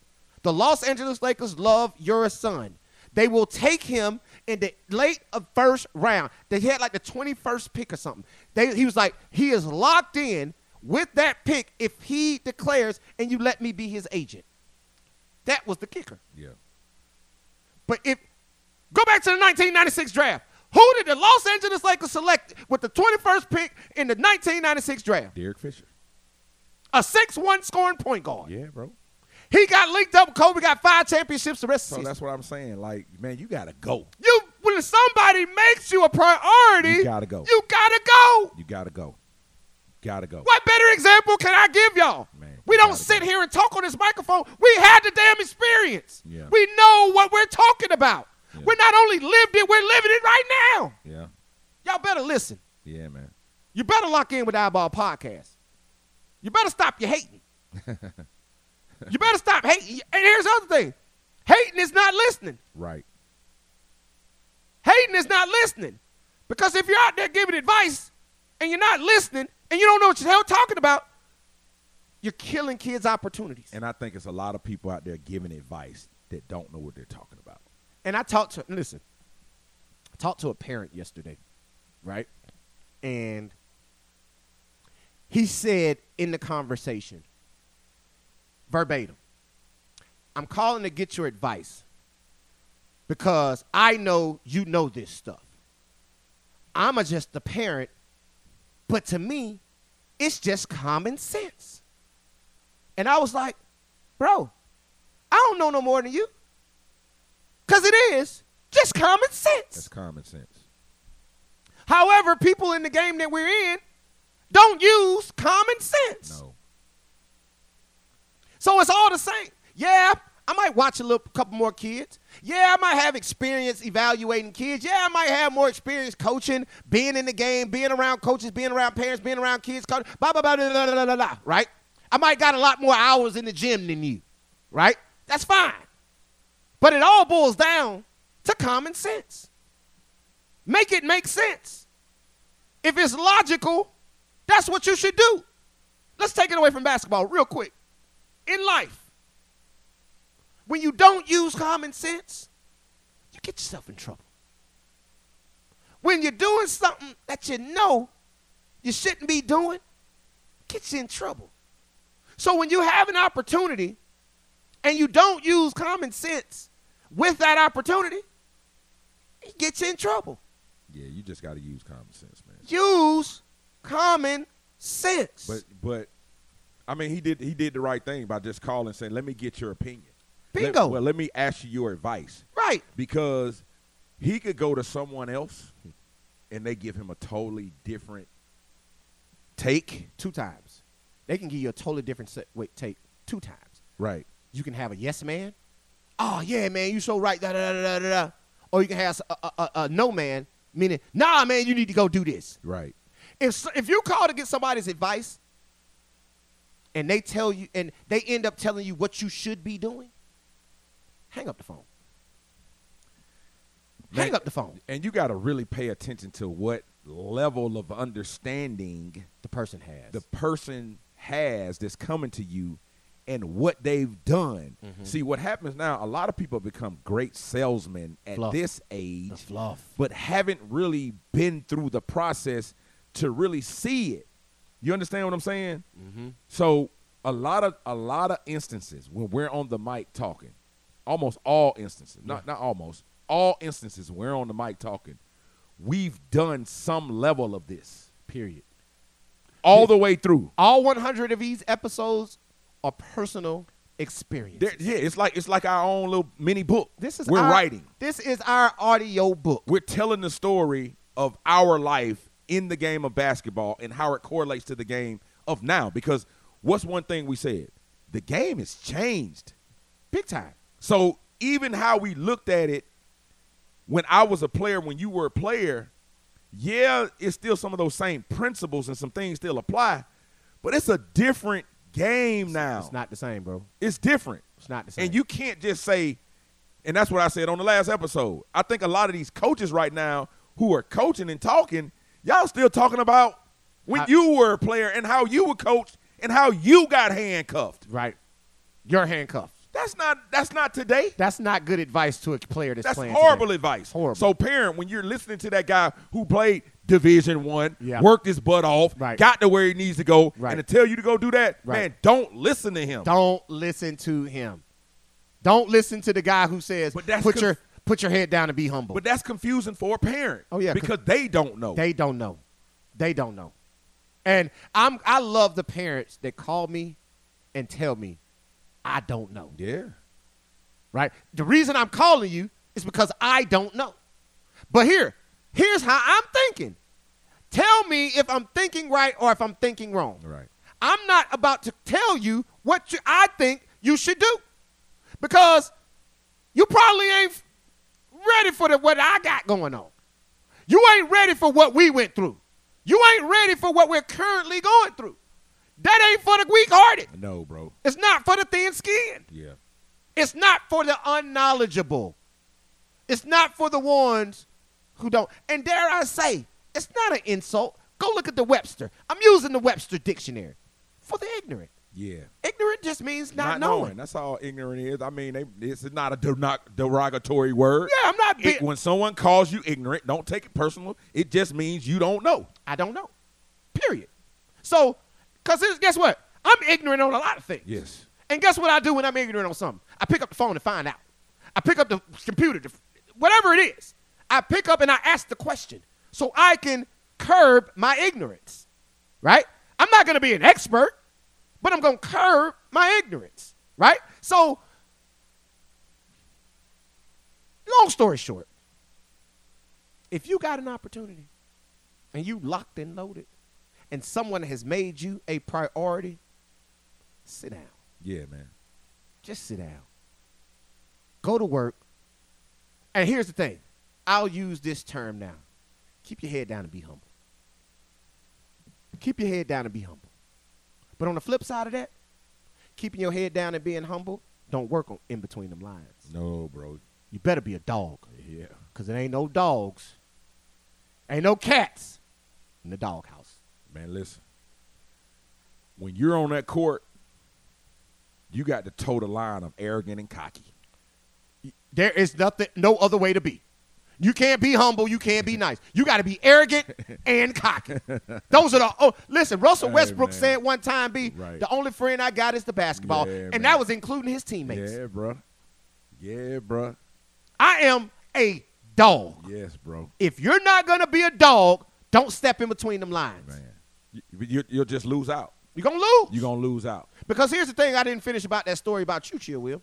[SPEAKER 2] The Los Angeles Lakers love your son. They will take him in the late of first round. They had like the 21st pick or something. They, he was like, he is locked in with that pick if he declares and you let me be his agent. That was the kicker.
[SPEAKER 3] Yeah.
[SPEAKER 2] But if go back to the 1996 draft, who did the Los Angeles Lakers select with the 21st pick in the 1996 draft?
[SPEAKER 3] Derek Fisher.
[SPEAKER 2] A 6-1 scoring point guard.
[SPEAKER 3] Yeah, bro.
[SPEAKER 2] He got linked up. Kobe got five championships the rest of
[SPEAKER 3] So
[SPEAKER 2] the season.
[SPEAKER 3] that's what I'm saying. Like, man, you gotta go.
[SPEAKER 2] You when somebody makes you a priority,
[SPEAKER 3] You gotta go.
[SPEAKER 2] You gotta go.
[SPEAKER 3] You gotta go. Gotta go.
[SPEAKER 2] What better example can I give y'all?
[SPEAKER 3] Man,
[SPEAKER 2] we
[SPEAKER 3] you
[SPEAKER 2] don't
[SPEAKER 3] gotta
[SPEAKER 2] sit here and talk on this microphone. We had the damn experience.
[SPEAKER 3] Yeah.
[SPEAKER 2] We know what we're talking about.
[SPEAKER 3] Yeah.
[SPEAKER 2] We're not only lived it, we're living it right now.
[SPEAKER 3] Yeah.
[SPEAKER 2] Y'all better listen.
[SPEAKER 3] Yeah, man.
[SPEAKER 2] You better lock in with Eyeball Podcast. You better stop your hating. you better stop hating. And here's the other thing hating is not listening.
[SPEAKER 3] Right.
[SPEAKER 2] Hating is not listening. Because if you're out there giving advice and you're not listening and you don't know what the hell you're talking about, you're killing kids' opportunities.
[SPEAKER 3] And I think it's a lot of people out there giving advice that don't know what they're talking about.
[SPEAKER 2] And I talked to listen. I talked to a parent yesterday, right? And he said in the conversation, verbatim, I'm calling to get your advice because I know you know this stuff. I'm a just the parent, but to me, it's just common sense. And I was like, bro, I don't know no more than you. Because it is just common
[SPEAKER 3] That's
[SPEAKER 2] sense.
[SPEAKER 3] common sense.
[SPEAKER 2] However, people in the game that we're in don't use common sense.
[SPEAKER 3] No.
[SPEAKER 2] So it's all the same. Yeah, I might watch a little couple more kids. Yeah, I might have experience evaluating kids. Yeah, I might have more experience coaching, being in the game, being around coaches, being around parents, being around kids, coach, blah, blah, blah, blah, blah, blah, blah, blah, right? I might got a lot more hours in the gym than you, right? That's fine. But it all boils down to common sense. Make it make sense. If it's logical, that's what you should do. Let's take it away from basketball real quick in life. When you don't use common sense, you get yourself in trouble. When you're doing something that you know you shouldn't be doing, gets you in trouble. So when you have an opportunity and you don't use common sense with that opportunity, it gets you in trouble.
[SPEAKER 3] Yeah, you just gotta use common sense, man.
[SPEAKER 2] Use common sense.
[SPEAKER 3] But but I mean he did he did the right thing by just calling and saying, Let me get your opinion. Let-
[SPEAKER 2] Bingo.
[SPEAKER 3] well, let me ask you your advice.
[SPEAKER 2] right.
[SPEAKER 3] Because he could go to someone else and they give him a totally different take.
[SPEAKER 2] two times. They can give you a totally different set, wait, take two times.
[SPEAKER 3] Right.
[SPEAKER 2] You can have a yes man. Oh yeah, man, you so right. Da da da da da. da. Or you can have a, a, a, a no man, meaning nah, man, you need to go do this.
[SPEAKER 3] Right.
[SPEAKER 2] If s- if you call to get somebody's advice, and they tell you, and they end up telling you what you should be doing, hang up the phone.
[SPEAKER 3] Man,
[SPEAKER 2] hang up the phone.
[SPEAKER 3] And you gotta really pay attention to what level of understanding
[SPEAKER 2] The person has.
[SPEAKER 3] the person has that's coming to you and what they've done. See, what happens now, a lot of people become great salesmen at
[SPEAKER 2] Fluff.
[SPEAKER 3] this
[SPEAKER 2] The
[SPEAKER 3] age,
[SPEAKER 2] fluff.
[SPEAKER 3] but haven't really been through the process to really see it. You understand what I'm saying?
[SPEAKER 2] Mm-hmm.
[SPEAKER 3] So a lot of a lot of instances when we're on the mic talking, almost all instances, not not almost all instances, when we're on the mic talking. We've done some level of this
[SPEAKER 2] Period.
[SPEAKER 3] all the way through.
[SPEAKER 2] All 100 of these episodes are personal experiences.
[SPEAKER 3] There, yeah, it's like it's like our own little mini book.
[SPEAKER 2] This is
[SPEAKER 3] we're
[SPEAKER 2] our-
[SPEAKER 3] writing.
[SPEAKER 2] This is our audio book.
[SPEAKER 3] We're telling the story of our life in the game of basketball and how it correlates to the game of now. Because what's one thing we said? The game has changed.
[SPEAKER 2] Big time.
[SPEAKER 3] So even how we looked at it when I was a player, when you were a player, yeah, it's still some of those same principles and some things still apply, but it's a different game now.
[SPEAKER 2] It's not the same, bro.
[SPEAKER 3] It's different.
[SPEAKER 2] It's not the same.
[SPEAKER 3] And you can't just say, and that's what I said on the last episode. I think a lot of these coaches right now who are coaching and talking, y'all still talking about when
[SPEAKER 2] How-
[SPEAKER 3] you were a player and how you were coached and how you got handcuffed.
[SPEAKER 2] right. You're handcuffed.
[SPEAKER 3] That's not that's not today.
[SPEAKER 2] That's not good advice to a player that's,
[SPEAKER 3] That's
[SPEAKER 2] playing.
[SPEAKER 3] horrible
[SPEAKER 2] today.
[SPEAKER 3] advice.
[SPEAKER 2] Horrible.
[SPEAKER 3] So parent, when you're listening to that guy who played Division One,
[SPEAKER 2] Yeah.
[SPEAKER 3] worked his butt off,
[SPEAKER 2] Right.
[SPEAKER 3] got to where he needs to go,
[SPEAKER 2] Right.
[SPEAKER 3] and to tell you to go do that,
[SPEAKER 2] Right.
[SPEAKER 3] man, don't listen to him.
[SPEAKER 2] Don't listen to him. Don't listen to the guy who says
[SPEAKER 3] But that's
[SPEAKER 2] put
[SPEAKER 3] cause-
[SPEAKER 2] your Put your head down and be humble.
[SPEAKER 3] But that's confusing for a parent.
[SPEAKER 2] Oh, yeah, 'cause-
[SPEAKER 3] because they don't know.
[SPEAKER 2] They don't know. They don't know. And I'm I love the parents that call me and tell me I don't know.
[SPEAKER 3] yeah,
[SPEAKER 2] Right? The reason I'm calling you is because I don't know. But here, here's how I'm thinking. Tell me if I'm thinking right or if I'm thinking wrong.
[SPEAKER 3] right.
[SPEAKER 2] I'm not about to tell you what you, I think you should do because you probably ain't ready for the, what I got going on. You ain't ready for what we went through. You ain't ready for what we're currently going through. That ain't for the weak hearted.
[SPEAKER 3] No, bro.
[SPEAKER 2] It's not for the thin skinned.
[SPEAKER 3] Yeah,
[SPEAKER 2] It's not for the unknowledgeable. It's not for the ones who don't. And dare I say, it's not an insult. Go look at the Webster. I'm using the Webster dictionary for the ignorant.
[SPEAKER 3] yeah.
[SPEAKER 2] Ignorant just means not, knowing.
[SPEAKER 3] That's all ignorant is. I mean, they, this is not a de- not derogatory word.
[SPEAKER 2] Yeah, I'm not.
[SPEAKER 3] It-
[SPEAKER 2] Be-
[SPEAKER 3] when someone calls you ignorant, don't take it personal. It just means you don't know.
[SPEAKER 2] I don't know. Period. So, because guess what? I'm ignorant on a lot of things.
[SPEAKER 3] Yes.
[SPEAKER 2] And guess what I do when I'm ignorant on something? I pick up the phone to find out. I pick up the computer, to, whatever it is. I pick up and I ask the question so I can curb my ignorance, right? I'm not going to be an expert, but I'm going to curb my ignorance, right? So, long story short, if you got an opportunity and you locked and loaded and someone has made you a priority, sit down
[SPEAKER 3] Yeah, man.
[SPEAKER 2] just sit down. Go to work. And here's the thing. I'll use this term now. Keep your head down and be humble. Keep your head down and be humble. But on the flip side of that, keeping your head down and being humble don't work on, in between them lines.
[SPEAKER 3] No, bro.
[SPEAKER 2] You better be a dog
[SPEAKER 3] Yeah.
[SPEAKER 2] because it ain't no dogs, ain't no cats in the doghouse.
[SPEAKER 3] Man, listen. When you're on that court, you got to toe the line of arrogant and cocky.
[SPEAKER 2] There is nothing, no other way to be. You can't be humble. You can't be nice. You got to be arrogant and cocky. Those are the. Oh, listen, Russell
[SPEAKER 3] Hey,
[SPEAKER 2] Westbrook
[SPEAKER 3] man.
[SPEAKER 2] said one time, "Be
[SPEAKER 3] Right.
[SPEAKER 2] the only friend I got is the basketball,"
[SPEAKER 3] Yeah,
[SPEAKER 2] and
[SPEAKER 3] man.
[SPEAKER 2] that was including his teammates.
[SPEAKER 3] Yeah, bro. Yeah, bro.
[SPEAKER 2] I am a dog.
[SPEAKER 3] Yes, bro.
[SPEAKER 2] If you're not gonna be a dog, don't step in between them lines.
[SPEAKER 3] Man, you, you, you'll just lose out.
[SPEAKER 2] You're gonna lose.
[SPEAKER 3] You're gonna lose out.
[SPEAKER 2] Because here's the thing I didn't finish about that story about Choo Chill, Will.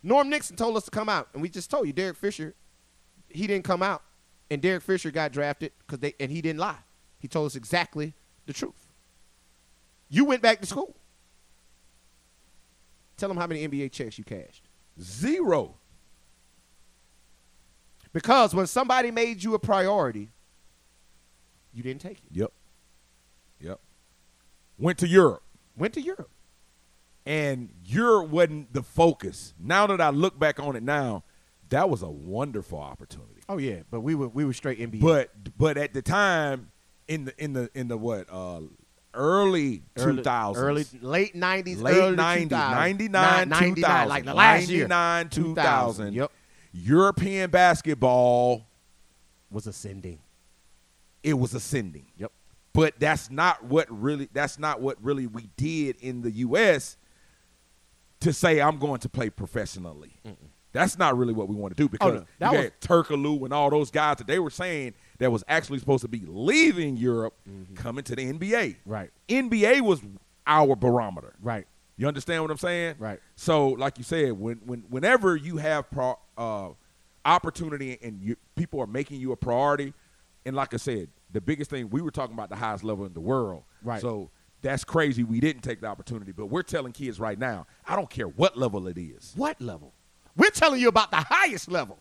[SPEAKER 2] Norm Nixon told us to come out, and we just told you Derek Fisher, he didn't come out, and Derek Fisher got drafted because they and he didn't lie. He told us exactly the truth. You went back to school. Tell them how many NBA checks you cashed.
[SPEAKER 3] Zero.
[SPEAKER 2] Because when somebody made you a priority, you didn't take it.
[SPEAKER 3] Yep. Yep. Went to Europe.
[SPEAKER 2] Went to Europe.
[SPEAKER 3] and Europe wasn't the focus. Now that I look back on it now, that was a wonderful opportunity.
[SPEAKER 2] Oh yeah, but we were we were straight NBA.
[SPEAKER 3] But but at the time, in the in the in the what uh, early two thousands,
[SPEAKER 2] early late nineties,
[SPEAKER 3] late 90s, 99, 2000,
[SPEAKER 2] like the last year,
[SPEAKER 3] 99, 2000.
[SPEAKER 2] Yep,
[SPEAKER 3] European basketball,
[SPEAKER 2] was ascending.
[SPEAKER 3] it was ascending.
[SPEAKER 2] Yep,
[SPEAKER 3] but that's not what really that's not what really we did in the US to say I'm going to play professionally. That's not really what we want to do because
[SPEAKER 2] Oh, no. That
[SPEAKER 3] you
[SPEAKER 2] was-
[SPEAKER 3] had Turkaloo and all those guys that they were saying that was actually supposed to be leaving Europe
[SPEAKER 2] Mm-hmm.
[SPEAKER 3] coming to the NBA.
[SPEAKER 2] Right.
[SPEAKER 3] NBA was our barometer.
[SPEAKER 2] right,
[SPEAKER 3] You understand what I'm saying?
[SPEAKER 2] Right.
[SPEAKER 3] So, like you said, when when whenever you have pro, uh, opportunity and you, people are making you a priority, and like I said, the biggest thing we were talking about the highest level in the world.
[SPEAKER 2] Right.
[SPEAKER 3] So that's crazy. We didn't take the opportunity, but we're telling kids right now. I don't care what level it is.
[SPEAKER 2] What level? We're telling you about the highest level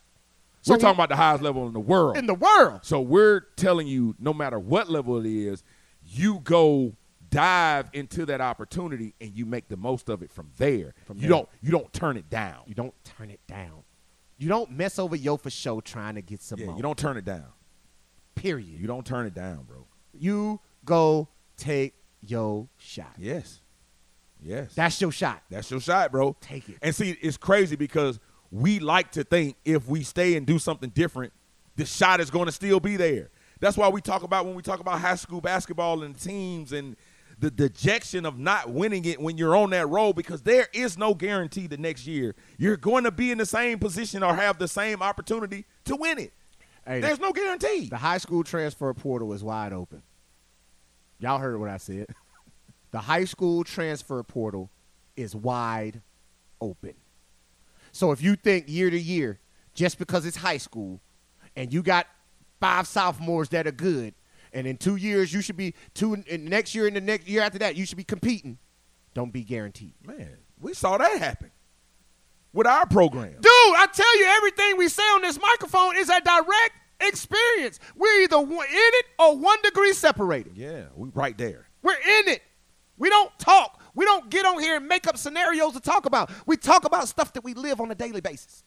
[SPEAKER 3] we're talking about the highest level in the world.
[SPEAKER 2] in the world.
[SPEAKER 3] So we're telling you, no matter what level it is, you go dive into that opportunity and you make the most of it from there.
[SPEAKER 2] From
[SPEAKER 3] you
[SPEAKER 2] there.
[SPEAKER 3] don't you don't turn it down.
[SPEAKER 2] You don't turn it down. You don't mess over yo for show trying to get some.
[SPEAKER 3] Yeah,
[SPEAKER 2] more.
[SPEAKER 3] you don't turn it down.
[SPEAKER 2] Period.
[SPEAKER 3] You don't turn it down, bro.
[SPEAKER 2] You go take yo shot.
[SPEAKER 3] Yes. Yes.
[SPEAKER 2] That's your shot.
[SPEAKER 3] That's your shot, bro.
[SPEAKER 2] Take it.
[SPEAKER 3] And see, it's crazy because we like to think if we stay and do something different, the shot is going to still be there. That's why we talk about when we talk about high school basketball and teams and the dejection of not winning it when you're on that road because there is no guarantee the next year you're going to be in the same position or have the same opportunity to win it.
[SPEAKER 4] Hey,
[SPEAKER 3] There's no guarantee.
[SPEAKER 4] The high school transfer portal is wide open. Y'all heard what I said. The high school transfer portal is wide open. So if you think year to year, just because it's high school and you got five sophomores that are good, and in two years you should be two and next year and the next year after that you should be competing, don't be guaranteed.
[SPEAKER 3] Man, we saw that happen with our program.
[SPEAKER 2] Dude, I tell you, everything we say on this microphone is a direct experience. We're either one- in it or one degree separated.
[SPEAKER 3] Yeah, we right there.
[SPEAKER 2] We're in it. We don't talk. We don't get on here and make up scenarios to talk about. We talk about stuff that we live on a daily basis.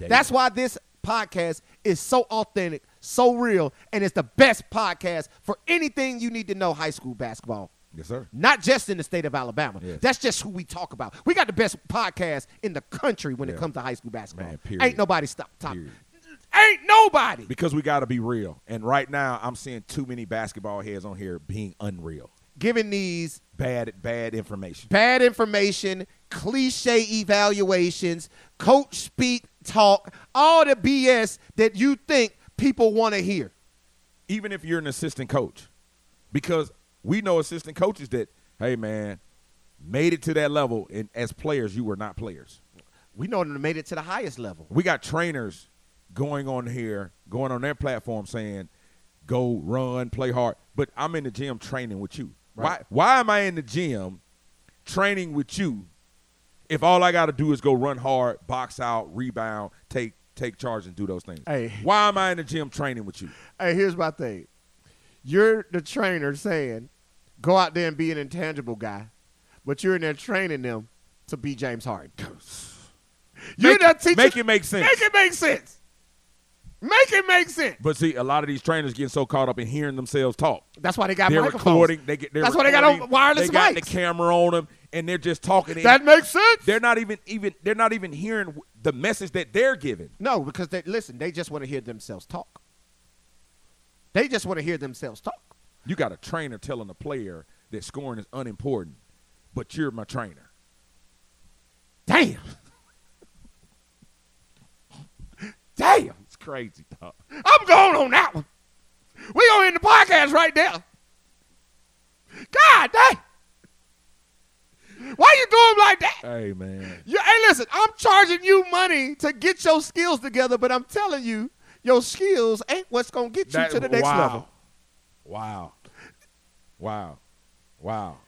[SPEAKER 2] That's why this podcast is so authentic, so real, and it's the best podcast for anything you need to know high school basketball.
[SPEAKER 3] yes, sir.
[SPEAKER 2] Not just in the state of Alabama.
[SPEAKER 3] Yes.
[SPEAKER 2] That's just who we talk about. We got the best podcast in the country when it
[SPEAKER 3] Yeah.
[SPEAKER 2] comes to high school basketball.
[SPEAKER 3] Man, period.
[SPEAKER 2] Ain't nobody stop top.
[SPEAKER 3] Period.
[SPEAKER 2] Ain't nobody.
[SPEAKER 3] Because we got to be real, and right now I'm seeing too many basketball heads on here being unreal.
[SPEAKER 2] Giving these
[SPEAKER 3] Bad, bad information.
[SPEAKER 2] bad information, cliche evaluations, coach speak talk, all the BS that you think people want to hear.
[SPEAKER 3] Even if you're an assistant coach, because we know assistant coaches that, hey man, made it to that level, and as players, you were not players.
[SPEAKER 2] We know them made it to the highest level.
[SPEAKER 3] We got trainers going on here, going on their platform saying, go run, play hard. But I'm in the gym training with you.
[SPEAKER 2] Right.
[SPEAKER 3] Why why am I in the gym training with you if all I gotta do is go run hard, box out, rebound, take take charge and do those things?
[SPEAKER 4] Hey.
[SPEAKER 3] Why am I in the gym training with you?
[SPEAKER 4] Hey, here's my thing. You're the trainer saying, go out there and be an intangible guy, but you're in there training them to be James Harden. you're
[SPEAKER 3] Make-
[SPEAKER 4] not teaching.
[SPEAKER 3] Make it make sense.
[SPEAKER 4] Make it make sense. Make it make sense.
[SPEAKER 3] But see, a lot of these trainers getting so caught up in hearing themselves talk.
[SPEAKER 4] That's why they got
[SPEAKER 3] They're
[SPEAKER 4] microphones.
[SPEAKER 3] recording. They get. They're
[SPEAKER 4] That's why they got
[SPEAKER 3] recording,
[SPEAKER 4] a wireless
[SPEAKER 3] They got
[SPEAKER 4] mics.
[SPEAKER 3] the camera on them, and they're just talking. and
[SPEAKER 4] That makes sense.
[SPEAKER 3] they're not even even they're not even hearing w- the message that they're giving.
[SPEAKER 2] No, because they listen, they just want to hear themselves talk. They just want to hear themselves talk.
[SPEAKER 3] You got a trainer telling a player that scoring is unimportant, but you're my trainer.
[SPEAKER 2] Damn.
[SPEAKER 3] Damn, it's crazy, dog.
[SPEAKER 2] I'm going on that one. We gonna end the podcast right there. God dang. Why you do 'em like that?
[SPEAKER 3] Hey man,
[SPEAKER 2] You, hey, listen, I'm charging you money to get your skills together, but I'm telling you, your skills ain't what's gonna get you
[SPEAKER 3] That-
[SPEAKER 2] to the next
[SPEAKER 3] wow.
[SPEAKER 2] level.
[SPEAKER 3] Wow, wow, wow,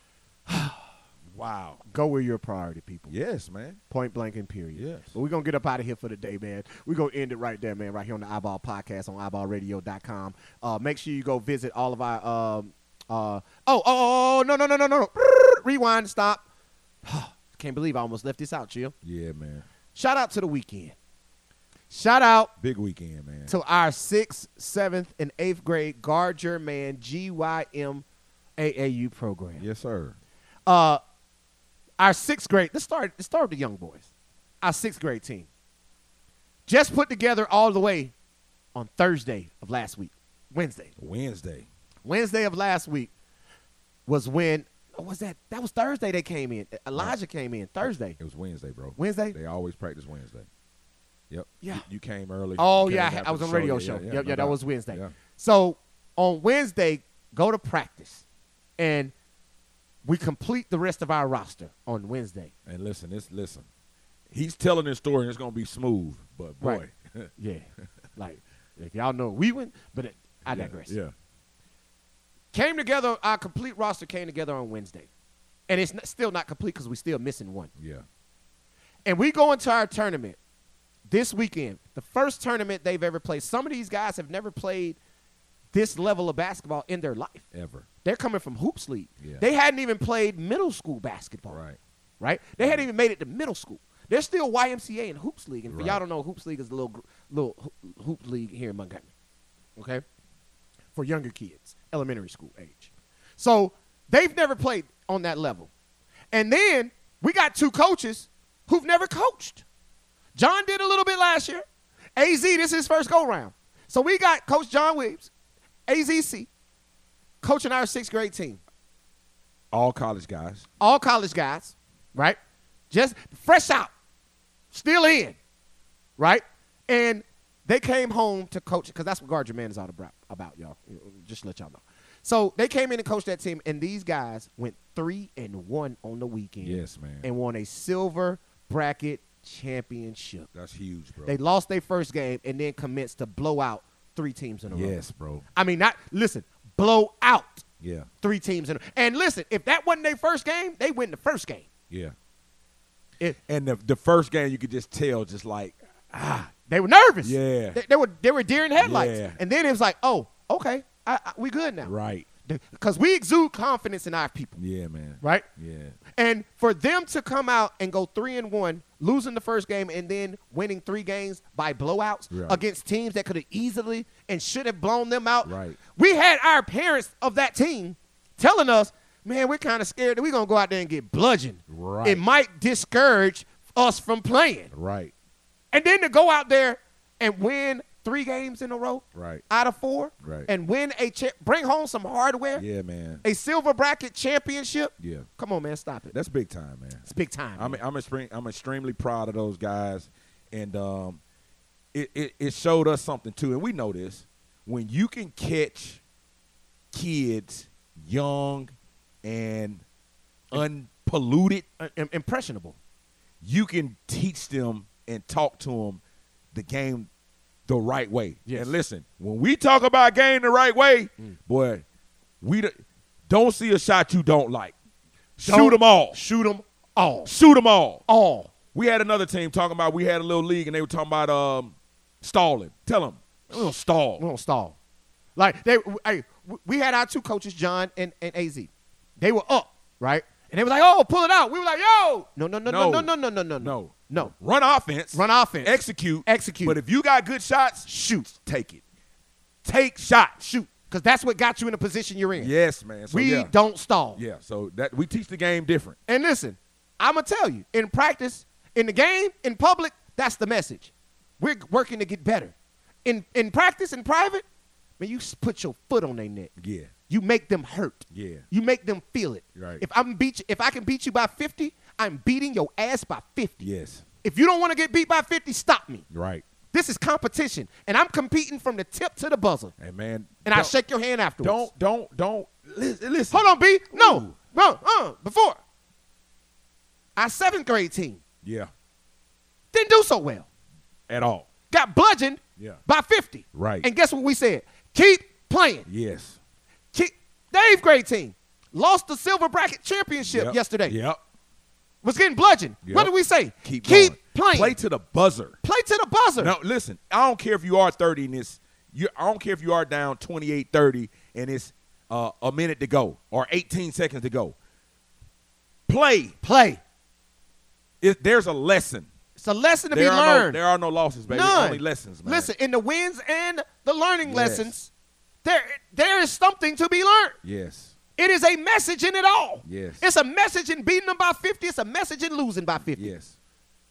[SPEAKER 3] wow.
[SPEAKER 4] Go where your priority, people.
[SPEAKER 3] Yes, man.
[SPEAKER 4] Point blank and period.
[SPEAKER 3] Yes.
[SPEAKER 4] But we're going to get up out of here for the day, man. We're going to end it right there, man, right here on the Eyeball Podcast on eyeballradio.com. Uh, make sure you go visit all of our. Um, uh,
[SPEAKER 2] Oh, oh, oh, oh, no, no, no, no, no, no. Brrr, Rewind, stop. Can't believe I almost left this out, Jill.
[SPEAKER 3] Yeah, man.
[SPEAKER 2] Shout out to the weekend. Shout out
[SPEAKER 3] Big weekend, man.
[SPEAKER 2] to our sixth, seventh, and eighth grade Guard Your Man GYM AAU program.
[SPEAKER 3] yes, sir.
[SPEAKER 2] Uh, our sixth grade, let's start, let's start with the young boys. Our sixth grade team. Just put together all the way on Thursday of last week, Wednesday.
[SPEAKER 3] Wednesday.
[SPEAKER 2] Wednesday of last week was when, oh, was that? That was Thursday they came in. E-, Elijah came in Thursday.
[SPEAKER 3] It was Wednesday, bro.
[SPEAKER 2] Wednesday?
[SPEAKER 3] They always practice Wednesday. Yep.
[SPEAKER 2] Yeah.
[SPEAKER 3] You, you came early.
[SPEAKER 2] Oh
[SPEAKER 3] You
[SPEAKER 2] yeah, I,
[SPEAKER 3] came
[SPEAKER 2] had- I was on
[SPEAKER 3] after
[SPEAKER 2] a
[SPEAKER 3] the
[SPEAKER 2] radio show. yep,
[SPEAKER 3] no
[SPEAKER 2] yeah, that
[SPEAKER 3] doubt.
[SPEAKER 2] was Wednesday.
[SPEAKER 3] Yeah.
[SPEAKER 2] So on Wednesday, go to practice, and we complete the rest of our roster on Wednesday.
[SPEAKER 3] And listen, this listen. He's telling his story and it's gonna be smooth, but boy.
[SPEAKER 2] Yeah, like like y'all know we went, but it, I
[SPEAKER 3] yeah,
[SPEAKER 2] digress.
[SPEAKER 3] Yeah.
[SPEAKER 2] Came together, our complete roster came together on Wednesday, and it's not, still not complete because we still missing one.
[SPEAKER 3] Yeah.
[SPEAKER 2] And we go into our tournament this weekend, the first tournament they've ever played. Some of these guys have never played this level of basketball in their life.
[SPEAKER 3] Ever.
[SPEAKER 2] They're coming from hoops league.
[SPEAKER 3] Yeah.
[SPEAKER 2] They hadn't even played middle school basketball.
[SPEAKER 3] Right.
[SPEAKER 2] Right. They hadn't even made it to middle school. They're still YMCA and hoops league. And if y'all
[SPEAKER 3] Right.
[SPEAKER 2] don't know, hoops league is a little gr- little ho- hoop league here in Montgomery. Okay. For younger kids, elementary school age. So they've never played on that level. And then we got two coaches who've never coached. John did a little bit last year. AZ, this is his first go round. So we got Coach John Williams, AZC, coaching our sixth grade team.
[SPEAKER 3] All college guys.
[SPEAKER 2] all college guys, right? Just fresh out, still in, right? And they came home to coach because that's what guard your man is all about, about, y'all. Uh, Just to let y'all know. So they came in and coached that team, and these guys went three and one on the weekend.
[SPEAKER 3] Yes, man.
[SPEAKER 2] and won a silver bracket championship.
[SPEAKER 3] That's huge, bro.
[SPEAKER 2] They lost their first game and then commenced to blow out three teams in a row.
[SPEAKER 3] yes, bro.
[SPEAKER 2] I mean, not listen, blow out
[SPEAKER 3] Yeah,
[SPEAKER 2] three teams in. A, and listen, if that wasn't their first game, they win the first game.
[SPEAKER 3] yeah.
[SPEAKER 2] It-
[SPEAKER 3] and the the first game, you could just tell, just like
[SPEAKER 2] They were nervous.
[SPEAKER 3] Yeah.
[SPEAKER 2] they, they were they were deer in headlights.
[SPEAKER 3] Yeah.
[SPEAKER 2] And then it was like, oh, okay, I, I, we good now,
[SPEAKER 3] right.
[SPEAKER 2] Because we exude confidence in our people,
[SPEAKER 3] Yeah, man.
[SPEAKER 2] right?
[SPEAKER 3] Yeah,
[SPEAKER 2] And for them to come out and go three and one, losing the first game and then winning three games by blowouts
[SPEAKER 3] Right.
[SPEAKER 2] against teams that could have easily and should have blown them out.
[SPEAKER 3] Right.
[SPEAKER 2] We had our parents of that team telling us, man, we're kind of scared that we're gonna go out there and get bludgeoned.
[SPEAKER 3] Right.
[SPEAKER 2] It might discourage us from playing.
[SPEAKER 3] right,
[SPEAKER 2] And then to go out there and win three games in a row
[SPEAKER 3] right.
[SPEAKER 2] out of four
[SPEAKER 3] Right.
[SPEAKER 2] and win a cha- bring home some hardware,
[SPEAKER 3] Yeah, man.
[SPEAKER 2] a silver bracket championship.
[SPEAKER 3] Yeah,
[SPEAKER 2] Come on, man, stop it.
[SPEAKER 3] that's big time, man.
[SPEAKER 2] It's big time.
[SPEAKER 3] I'm
[SPEAKER 2] man.
[SPEAKER 3] I'm extreme, I'm extremely proud of those guys, and um, it, it it showed us something too, and we know this. When you can catch kids young and unpolluted,
[SPEAKER 2] I- uh, I'm impressionable.
[SPEAKER 3] you can teach them and talk to them the game the right way.
[SPEAKER 2] Yes. Mm.
[SPEAKER 3] And listen, when we talk about game the right way, boy, we d- don't see a shot you don't like. Shoot 'em Shoot
[SPEAKER 2] Don't-
[SPEAKER 3] them all.
[SPEAKER 2] Shoot them all.
[SPEAKER 3] Shoot them all.
[SPEAKER 2] All.
[SPEAKER 3] We had another team talking about we had a little league and they were talking about um stalling. Tell them we don't
[SPEAKER 2] We
[SPEAKER 3] stall.
[SPEAKER 2] don't stall. Like they, hey, we had our two coaches, John and, and Az. They were up, right? And they was like, "Oh, pull it out." We were like, "Yo, no, no, no, no, no,
[SPEAKER 3] No.
[SPEAKER 2] no, no, no, no,
[SPEAKER 3] No.
[SPEAKER 2] no."
[SPEAKER 3] Run offense.
[SPEAKER 2] Run offense.
[SPEAKER 3] Execute.
[SPEAKER 2] Execute.
[SPEAKER 3] But if you got good shots, shoot. Take it. Take shots.
[SPEAKER 2] Shoot, because that's what got you in the position you're in.
[SPEAKER 3] Yes, man. So,
[SPEAKER 2] we
[SPEAKER 3] yeah.
[SPEAKER 2] don't stall.
[SPEAKER 3] Yeah. So that we teach the game different.
[SPEAKER 2] And listen, I'm gonna tell you in practice, in the game, in public, that's the message. We're working to get better. In in practice, in private, man, you s- put your foot on their neck.
[SPEAKER 3] Yeah.
[SPEAKER 2] You make them hurt.
[SPEAKER 3] Yeah.
[SPEAKER 2] You make them feel it.
[SPEAKER 3] Right.
[SPEAKER 2] If I'm beat, you- if I can beat you by 50, I'm beating your ass by 50.
[SPEAKER 3] Yes.
[SPEAKER 2] If you don't want to get beat by 50, stop me.
[SPEAKER 3] Right.
[SPEAKER 2] This is competition, and I'm competing from the tip to the buzzer.
[SPEAKER 3] And man.
[SPEAKER 2] And I
[SPEAKER 3] don't-
[SPEAKER 2] shake your hand afterwards.
[SPEAKER 3] Don't don't don't listen. listen.
[SPEAKER 2] Hold on, B. No,
[SPEAKER 3] Ooh.
[SPEAKER 2] no, uh, before our seventh grade team
[SPEAKER 3] Yeah.
[SPEAKER 2] didn't do so well.
[SPEAKER 3] At all.
[SPEAKER 2] Got bludgeoned
[SPEAKER 3] Yeah.
[SPEAKER 2] by 50.
[SPEAKER 3] Right.
[SPEAKER 2] And guess what we said? Keep playing.
[SPEAKER 3] Yes.
[SPEAKER 2] Keep. The eighth grade team lost the silver bracket championship
[SPEAKER 3] Yep.
[SPEAKER 2] yesterday.
[SPEAKER 3] Yep.
[SPEAKER 2] was getting bludgeoned.
[SPEAKER 3] Yep.
[SPEAKER 2] What did we say?
[SPEAKER 3] Keep going.
[SPEAKER 2] playing.
[SPEAKER 3] Play
[SPEAKER 2] Play,
[SPEAKER 3] to the buzzer.
[SPEAKER 2] to the buzzer.
[SPEAKER 3] No, listen, I don't care if you are 30 and it's you I don't care if you are down 28 30 and it's uh, a minute to go or 18 seconds to go. Play.
[SPEAKER 2] Play.
[SPEAKER 3] It, there's a lesson.
[SPEAKER 2] It's a lesson to
[SPEAKER 3] there
[SPEAKER 2] be
[SPEAKER 3] are
[SPEAKER 2] learned.
[SPEAKER 3] no there are no losses, baby.
[SPEAKER 2] None.
[SPEAKER 3] Only lessons, man.
[SPEAKER 2] Listen, in the wins and the learning
[SPEAKER 3] Yes.
[SPEAKER 2] lessons, there there is something to be learned.
[SPEAKER 3] Yes.
[SPEAKER 2] It is a message in it all.
[SPEAKER 3] Yes.
[SPEAKER 2] It's a message in beating them by 50. It's a message in losing by 50.
[SPEAKER 3] Yes.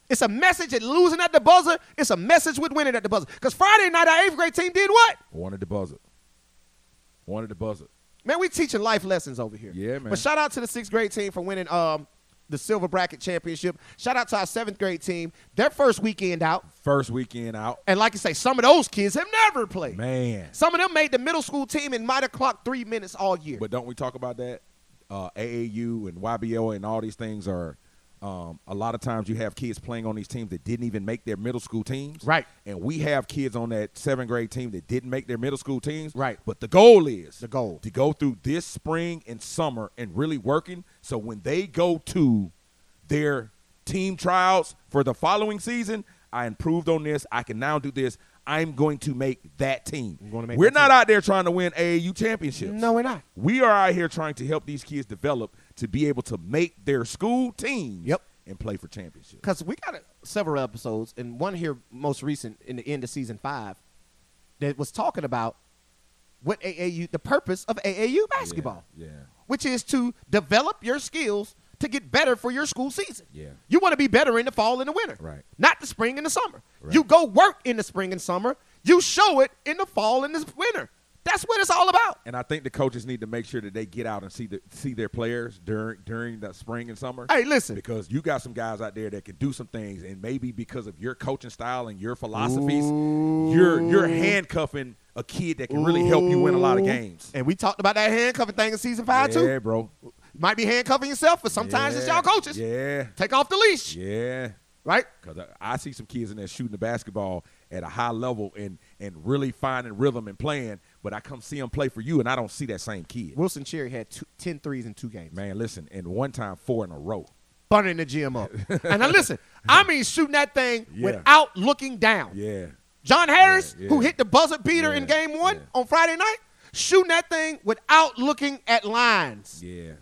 [SPEAKER 2] It's a message in losing at the buzzer. It's a message with winning at the buzzer. Because Friday night, our eighth grade team did what?
[SPEAKER 3] Wanted the buzzer. Wanted the buzzer.
[SPEAKER 2] Man, we teaching life lessons over here.
[SPEAKER 3] Yeah, man.
[SPEAKER 2] But shout out to the sixth grade team for winning um, the silver bracket championship. Shout out to our seventh grade team. Their first weekend out.
[SPEAKER 3] First weekend out.
[SPEAKER 2] And like you say, some of those kids have never played.
[SPEAKER 3] Man.
[SPEAKER 2] Some of them made the middle school team and might have clocked three minutes all year.
[SPEAKER 3] But don't we talk about that? Uh, AAU and YBO and all these things are. Um, a lot of times you have kids playing on these teams that didn't even make their middle school teams.
[SPEAKER 2] Right.
[SPEAKER 3] And we have kids on that seventh grade team that didn't make their middle school teams.
[SPEAKER 2] Right.
[SPEAKER 3] But the goal is
[SPEAKER 2] The goal.
[SPEAKER 3] to go through this spring and summer and really working. So when they go to their team tryouts for the following season, I improved on this. I can now do this. I'm going to make that team.
[SPEAKER 2] gonna make
[SPEAKER 3] We're
[SPEAKER 2] that
[SPEAKER 3] not
[SPEAKER 2] team.
[SPEAKER 3] out there trying to win AAU championships.
[SPEAKER 2] no, we're not.
[SPEAKER 3] We are out here trying to help these kids develop to be able to make their school teams
[SPEAKER 2] Yep.
[SPEAKER 3] and play for championships.
[SPEAKER 2] Because we got uh, several episodes, and one here most recent in the end of season five that was talking about what AAU, the purpose of AAU basketball.
[SPEAKER 3] Yeah.
[SPEAKER 2] which is to develop your skills to get better for your school season.
[SPEAKER 3] Yeah.
[SPEAKER 2] You want to be better in the fall and the winter.
[SPEAKER 3] Right.
[SPEAKER 2] Not the spring and the summer.
[SPEAKER 3] Right.
[SPEAKER 2] You go work in the spring and summer, you show it in the fall and the winter. That's what it's all about.
[SPEAKER 3] And I think the coaches need to make sure that they get out and see the see their players during during the spring and summer.
[SPEAKER 2] Hey, listen.
[SPEAKER 3] because you got some guys out there that can do some things, and maybe because of your coaching style and your philosophies, you're you're handcuffing a kid that can really help you win a lot of games.
[SPEAKER 2] And we talked about that handcuffing thing in season five
[SPEAKER 3] yeah,
[SPEAKER 2] too.
[SPEAKER 3] bro.
[SPEAKER 2] Might be handcuffing yourself, but sometimes it's
[SPEAKER 3] Yeah.
[SPEAKER 2] y'all coaches.
[SPEAKER 3] Yeah,
[SPEAKER 2] Take off the leash,
[SPEAKER 3] yeah.
[SPEAKER 2] right?
[SPEAKER 3] Because I, I see some kids in there shooting the basketball at a high level and and really finding rhythm and playing, but I come see them play for you, and I don't see that same kid.
[SPEAKER 2] Wilson Cherry had two, 10 threes in two games.
[SPEAKER 3] Man, listen, and one time four in a row.
[SPEAKER 2] Burning the gym up. and now listen, I mean shooting that thing
[SPEAKER 3] Yeah.
[SPEAKER 2] without looking down.
[SPEAKER 3] Yeah.
[SPEAKER 2] John Harris,
[SPEAKER 3] Yeah, yeah.
[SPEAKER 2] who hit the buzzer beater in
[SPEAKER 3] Yeah,
[SPEAKER 2] game one
[SPEAKER 3] yeah.
[SPEAKER 2] on Friday night, shooting that thing without looking at lines.
[SPEAKER 3] Yeah.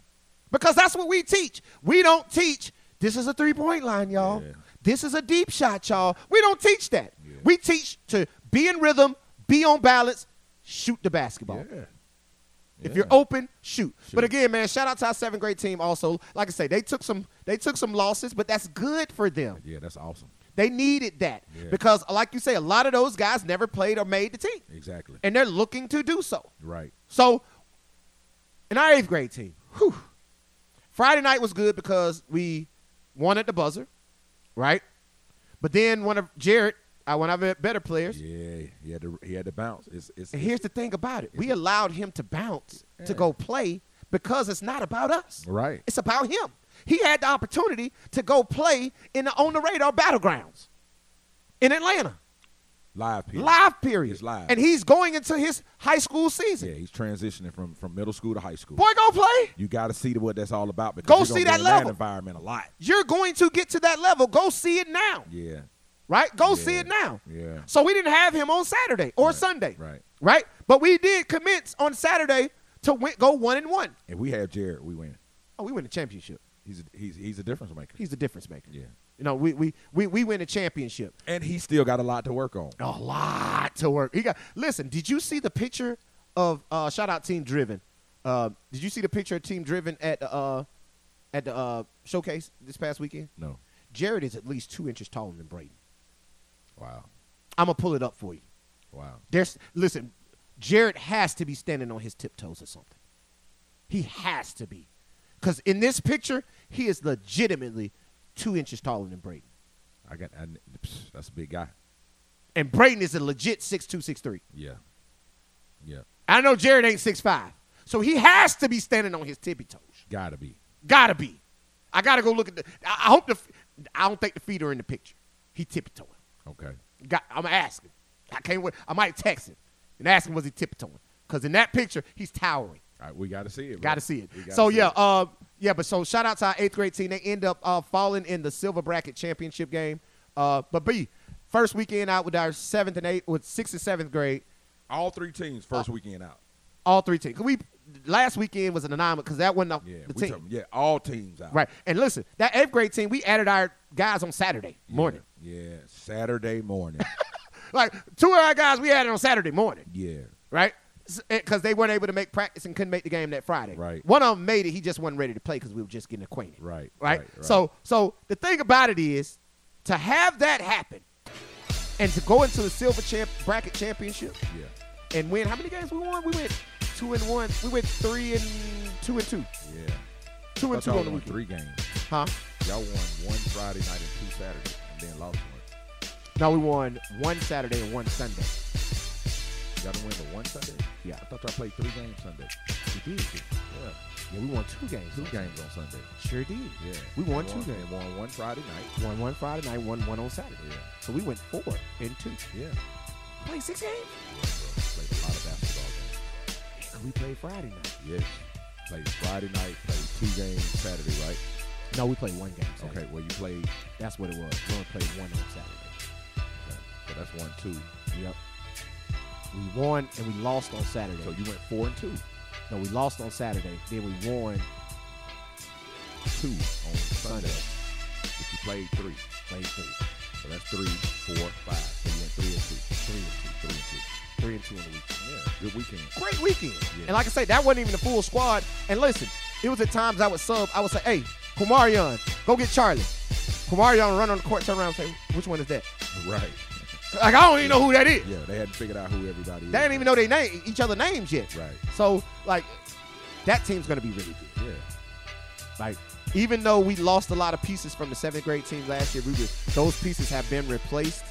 [SPEAKER 2] Because that's what we teach. We don't teach this is a three point line, y'all.
[SPEAKER 3] Yeah.
[SPEAKER 2] This is a deep shot, y'all. We don't teach that.
[SPEAKER 3] Yeah.
[SPEAKER 2] We teach to be in rhythm, be on balance, shoot the basketball. If you're open, shoot. But
[SPEAKER 3] Shoot.
[SPEAKER 2] again, man, shout out to our seventh grade team. Also, like I say, they took some they took some losses, but that's good for them.
[SPEAKER 3] Yeah, that's awesome.
[SPEAKER 2] They needed that
[SPEAKER 3] Yeah.
[SPEAKER 2] because, like you say, a lot of those guys never played or made the team,
[SPEAKER 3] Exactly.
[SPEAKER 2] and they're looking to do so.
[SPEAKER 3] Right.
[SPEAKER 2] So, in our eighth grade team, whew, Friday night was good because we won at the buzzer, right? But then one of Jared, uh, one of our better players,
[SPEAKER 3] Yeah, he had to he had to bounce. It's it's
[SPEAKER 2] and here's the thing about it we allowed him to bounce to go play because it's not about us,
[SPEAKER 3] right.
[SPEAKER 2] it's about him. He had the opportunity to go play in the on the radar battlegrounds in Atlanta.
[SPEAKER 3] Live people.
[SPEAKER 2] Live period.
[SPEAKER 3] It's live.
[SPEAKER 2] And he's going into his high school season.
[SPEAKER 3] Yeah, he's transitioning from from middle school to high school.
[SPEAKER 2] Boy, go play.
[SPEAKER 3] You got to see what that's all about because
[SPEAKER 2] Go
[SPEAKER 3] you're
[SPEAKER 2] see
[SPEAKER 3] gonna be
[SPEAKER 2] that
[SPEAKER 3] in
[SPEAKER 2] level.
[SPEAKER 3] environment a lot.
[SPEAKER 2] You're going to get to that level. Go see it now,
[SPEAKER 3] Yeah.
[SPEAKER 2] right? Go
[SPEAKER 3] Yeah.
[SPEAKER 2] see it now.
[SPEAKER 3] Yeah.
[SPEAKER 2] So we didn't have him on Saturday or Sunday,
[SPEAKER 3] Right.
[SPEAKER 2] right? But we did commence on Saturday to win, go one and one.
[SPEAKER 3] If we have Jared, we win.
[SPEAKER 2] Oh, we win the championship.
[SPEAKER 3] He's a, he's he's a difference maker.
[SPEAKER 2] He's the difference maker.
[SPEAKER 3] yeah.
[SPEAKER 2] You know, we we we, we win the championship.
[SPEAKER 3] And he still got a lot to work on.
[SPEAKER 2] A lot to work. He got. Listen, did you see the picture of uh, shout out Team Driven? Uh, did you see the picture of Team Driven at the uh, at the uh, showcase this past weekend?
[SPEAKER 3] No.
[SPEAKER 2] Jared is at least two inches taller than Brayden.
[SPEAKER 3] Wow.
[SPEAKER 2] I'm gonna pull it up for you.
[SPEAKER 3] Wow.
[SPEAKER 2] There's listen, Jared has to be standing on his tiptoes or something. He has to be, because in this picture, he is legitimately two inches taller than Brayden,
[SPEAKER 3] I got I, psh, that's a big guy.
[SPEAKER 2] and Brayden is a legit six two six three.
[SPEAKER 3] Yeah. Yeah.
[SPEAKER 2] I know Jared ain't six five, so he has to be standing on his tippy toes.
[SPEAKER 3] Got to be.
[SPEAKER 2] Gotta be. I gotta go look at the. I I hope the. f- I don't think the feet are in the picture. He tiptoeing.
[SPEAKER 3] Okay.
[SPEAKER 2] Got, I'm gonna ask him. I can't wait. I might text him and ask him was he tiptoeing? Because in that picture, he's towering.
[SPEAKER 3] All right, we got to see it. bro.
[SPEAKER 2] Got to see it.
[SPEAKER 3] We gotta
[SPEAKER 2] So
[SPEAKER 3] see
[SPEAKER 2] yeah,
[SPEAKER 3] it.
[SPEAKER 2] uh, yeah. But so shout out to our eighth grade team. They end up uh, falling in the silver bracket championship game. Uh, but B, first weekend out with our seventh and eighth, with sixth and seventh grade,
[SPEAKER 3] all three teams
[SPEAKER 2] Uh,
[SPEAKER 3] first weekend out.
[SPEAKER 2] all three teams. 'Cause We last weekend was an anomaly because that wasn't the,
[SPEAKER 3] Yeah,
[SPEAKER 2] the
[SPEAKER 3] we
[SPEAKER 2] team,
[SPEAKER 3] talking- yeah, all teams out.
[SPEAKER 2] right? And listen, that eighth grade team, we added our guys on Saturday
[SPEAKER 3] Yeah,
[SPEAKER 2] morning.
[SPEAKER 3] Yeah, Saturday morning.
[SPEAKER 2] Like two of our guys, we added on Saturday morning.
[SPEAKER 3] yeah,
[SPEAKER 2] right? Because they weren't able to make practice and couldn't make the game that Friday.
[SPEAKER 3] Right.
[SPEAKER 2] One of them made it. He just wasn't ready to play because we were just getting acquainted.
[SPEAKER 3] Right,
[SPEAKER 2] Right.
[SPEAKER 3] right, right.
[SPEAKER 2] So, so the thing about it is, to have that happen, and to go into the silver champ bracket championship
[SPEAKER 3] yeah,
[SPEAKER 2] and win how many games we won? We went two and one. We went three and two and two.
[SPEAKER 3] yeah.
[SPEAKER 2] Two and two
[SPEAKER 3] Thought y'all
[SPEAKER 2] on the
[SPEAKER 3] won
[SPEAKER 2] weekend.
[SPEAKER 3] three games.
[SPEAKER 2] Huh?
[SPEAKER 3] Y'all won one Friday night and two Saturday, and then lost one.
[SPEAKER 2] No, we won one Saturday and one Sunday.
[SPEAKER 3] Y'all didn't win the one Sunday.
[SPEAKER 2] Yeah.
[SPEAKER 3] I thought y'all played three games Sunday.
[SPEAKER 2] We did.
[SPEAKER 3] Yeah,
[SPEAKER 2] Yeah, we won two games.
[SPEAKER 3] two games on Sunday.
[SPEAKER 2] Sure did.
[SPEAKER 3] Yeah,
[SPEAKER 2] We won two
[SPEAKER 3] They
[SPEAKER 2] games.
[SPEAKER 3] Won one Friday night.
[SPEAKER 2] Won one Friday night, won one on Saturday.
[SPEAKER 3] Yeah,
[SPEAKER 2] So we went four and two.
[SPEAKER 3] yeah. yeah
[SPEAKER 2] Play six games?
[SPEAKER 3] bro. Played a lot of basketball games.
[SPEAKER 2] We played Friday night.
[SPEAKER 3] Yes. Played Friday night. Played two games Saturday, right?
[SPEAKER 2] No, we played one game. Saturday.
[SPEAKER 3] Okay. Well, you played.
[SPEAKER 2] That's what it was. We only played one on Saturday.
[SPEAKER 3] Okay, so that's one two.
[SPEAKER 2] Yep. We won and we lost on Saturday.
[SPEAKER 3] So you went four and two.
[SPEAKER 2] no, we lost on Saturday. Then we won,
[SPEAKER 3] two on Sunday. But you played three.
[SPEAKER 2] played three.
[SPEAKER 3] So that's three, four, five. So you went three and two. Three and two. Three and two.
[SPEAKER 2] Three and two in the weekend.
[SPEAKER 3] Yeah. Good weekend.
[SPEAKER 2] Great weekend.
[SPEAKER 3] Yeah.
[SPEAKER 2] And like I say, that wasn't even a full squad. And listen, it was at times I would sub, I would say, hey, Kumarion, go get Charlie. Kumarion run on the court, turn around and say, which one is that?
[SPEAKER 3] Right.
[SPEAKER 2] Like I don't even know who that is.
[SPEAKER 3] Yeah, they hadn't figured out who everybody is.
[SPEAKER 2] They didn't even know they name each other names yet.
[SPEAKER 3] Right.
[SPEAKER 2] So like that team's gonna be really good.
[SPEAKER 3] Yeah.
[SPEAKER 2] Like, even though we lost a lot of pieces from the seventh grade team last year, we were, those pieces have been replaced,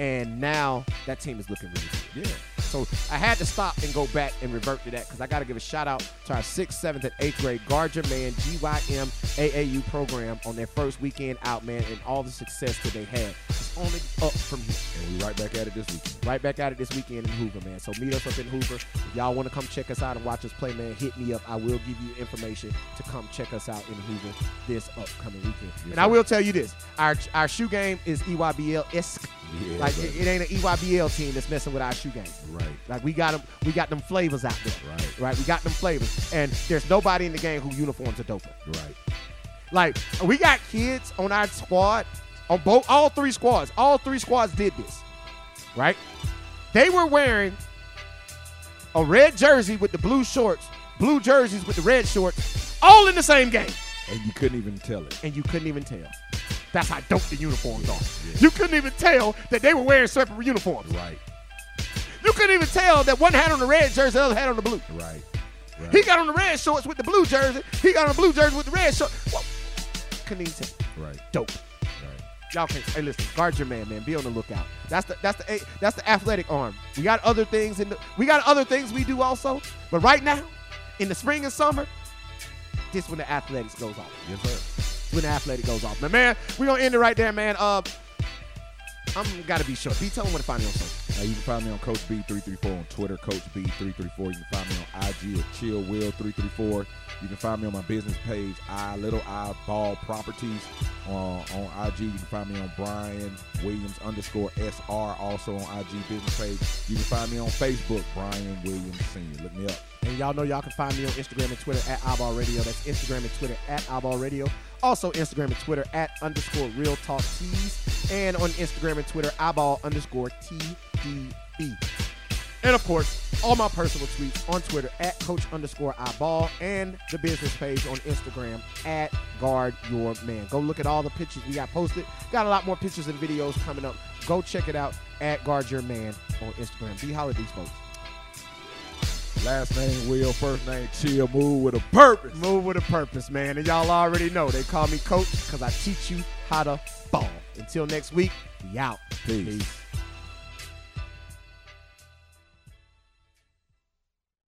[SPEAKER 2] and now that team is looking really good.
[SPEAKER 3] Yeah.
[SPEAKER 2] So I had to stop and go back and revert to that because I got to give a shout out to our sixth, seventh, and eighth grade Guard Your Man GYM AAU program on their first weekend out, man, and all the success that they had. It's only up from here
[SPEAKER 3] And we right back at it this weekend.
[SPEAKER 2] right back at it this weekend in Hoover, man. So meet us up in Hoover. If y'all want to come check us out and watch us play, man, hit me up. I will give you information to come check us out in Hoover this upcoming weekend. and I
[SPEAKER 3] sir.
[SPEAKER 2] will tell you this: our our shoe game is E EYBL esque.
[SPEAKER 3] Yeah,
[SPEAKER 2] like
[SPEAKER 3] brother.
[SPEAKER 2] it, it ain't E an EYBL team that's messing with our shoe game.
[SPEAKER 3] Right.
[SPEAKER 2] Like we got them, we got them flavors out there.
[SPEAKER 3] Right.
[SPEAKER 2] Right. We got them flavors, and there's nobody in the game who uniforms are doper.
[SPEAKER 3] Right.
[SPEAKER 2] Like we got kids on our squad, on both all three squads. All three squads did this, right? They were wearing a red jersey with the blue shorts, blue jerseys with the red shorts, all in the same game,
[SPEAKER 3] And you couldn't even tell it.
[SPEAKER 2] and you couldn't even tell. That's how dope the uniforms are.
[SPEAKER 3] yeah.
[SPEAKER 2] You couldn't even tell that they were wearing separate uniforms.
[SPEAKER 3] Right.
[SPEAKER 2] You couldn't even tell that one had on the red jersey, the other had on the blue.
[SPEAKER 3] Right. Right.
[SPEAKER 2] He got on the red shorts with the blue jersey. He got on the blue jersey with the red shorts. Whoa. Couldn't even tell.
[SPEAKER 3] right.
[SPEAKER 2] Dope.
[SPEAKER 3] Right.
[SPEAKER 2] Y'all can hey listen, guard your man, man. Be on the lookout. That's the that's the that's the athletic arm. We got other things in the we got other things we do also, but right now, in the spring and summer, this when the athletics goes off.
[SPEAKER 3] Yes, sir.
[SPEAKER 2] When the athletic goes off. But man, we gonna end it right there, man. Uh I'm gotta be short. Be tell them where to find me on social.
[SPEAKER 3] Now you can find me on Coach B334 on Twitter, Coach B334. You can find me on IG at ChillWill334. You can find me on my business page, I Little I Ball Properties uh, on IG. You can find me on Brian Williams underscore SR, also on IG business page. You can find me on Facebook, Brian Williams Senior. Look me up.
[SPEAKER 2] And y'all know y'all can find me on Instagram and Twitter at Eyeball Radio. That's Instagram and Twitter at Eyeball Radio. Also Instagram and Twitter at underscore Real Talk Tees. And on Instagram and Twitter, Eyeball underscore TDB. And of course, all my personal tweets on Twitter at Coach underscore Eyeball and the business page on Instagram at Guard Your Man. Go look at all the pictures we got posted. Got a lot more pictures and videos coming up. Go check it out at Guard Your Man on Instagram. Be holler at these folks.
[SPEAKER 3] Last name Will, first name Chill. Move with a purpose.
[SPEAKER 2] Move with a purpose, man. And y'all already know they call me coach because I teach you how to ball. Until next week, we out.
[SPEAKER 3] Peace.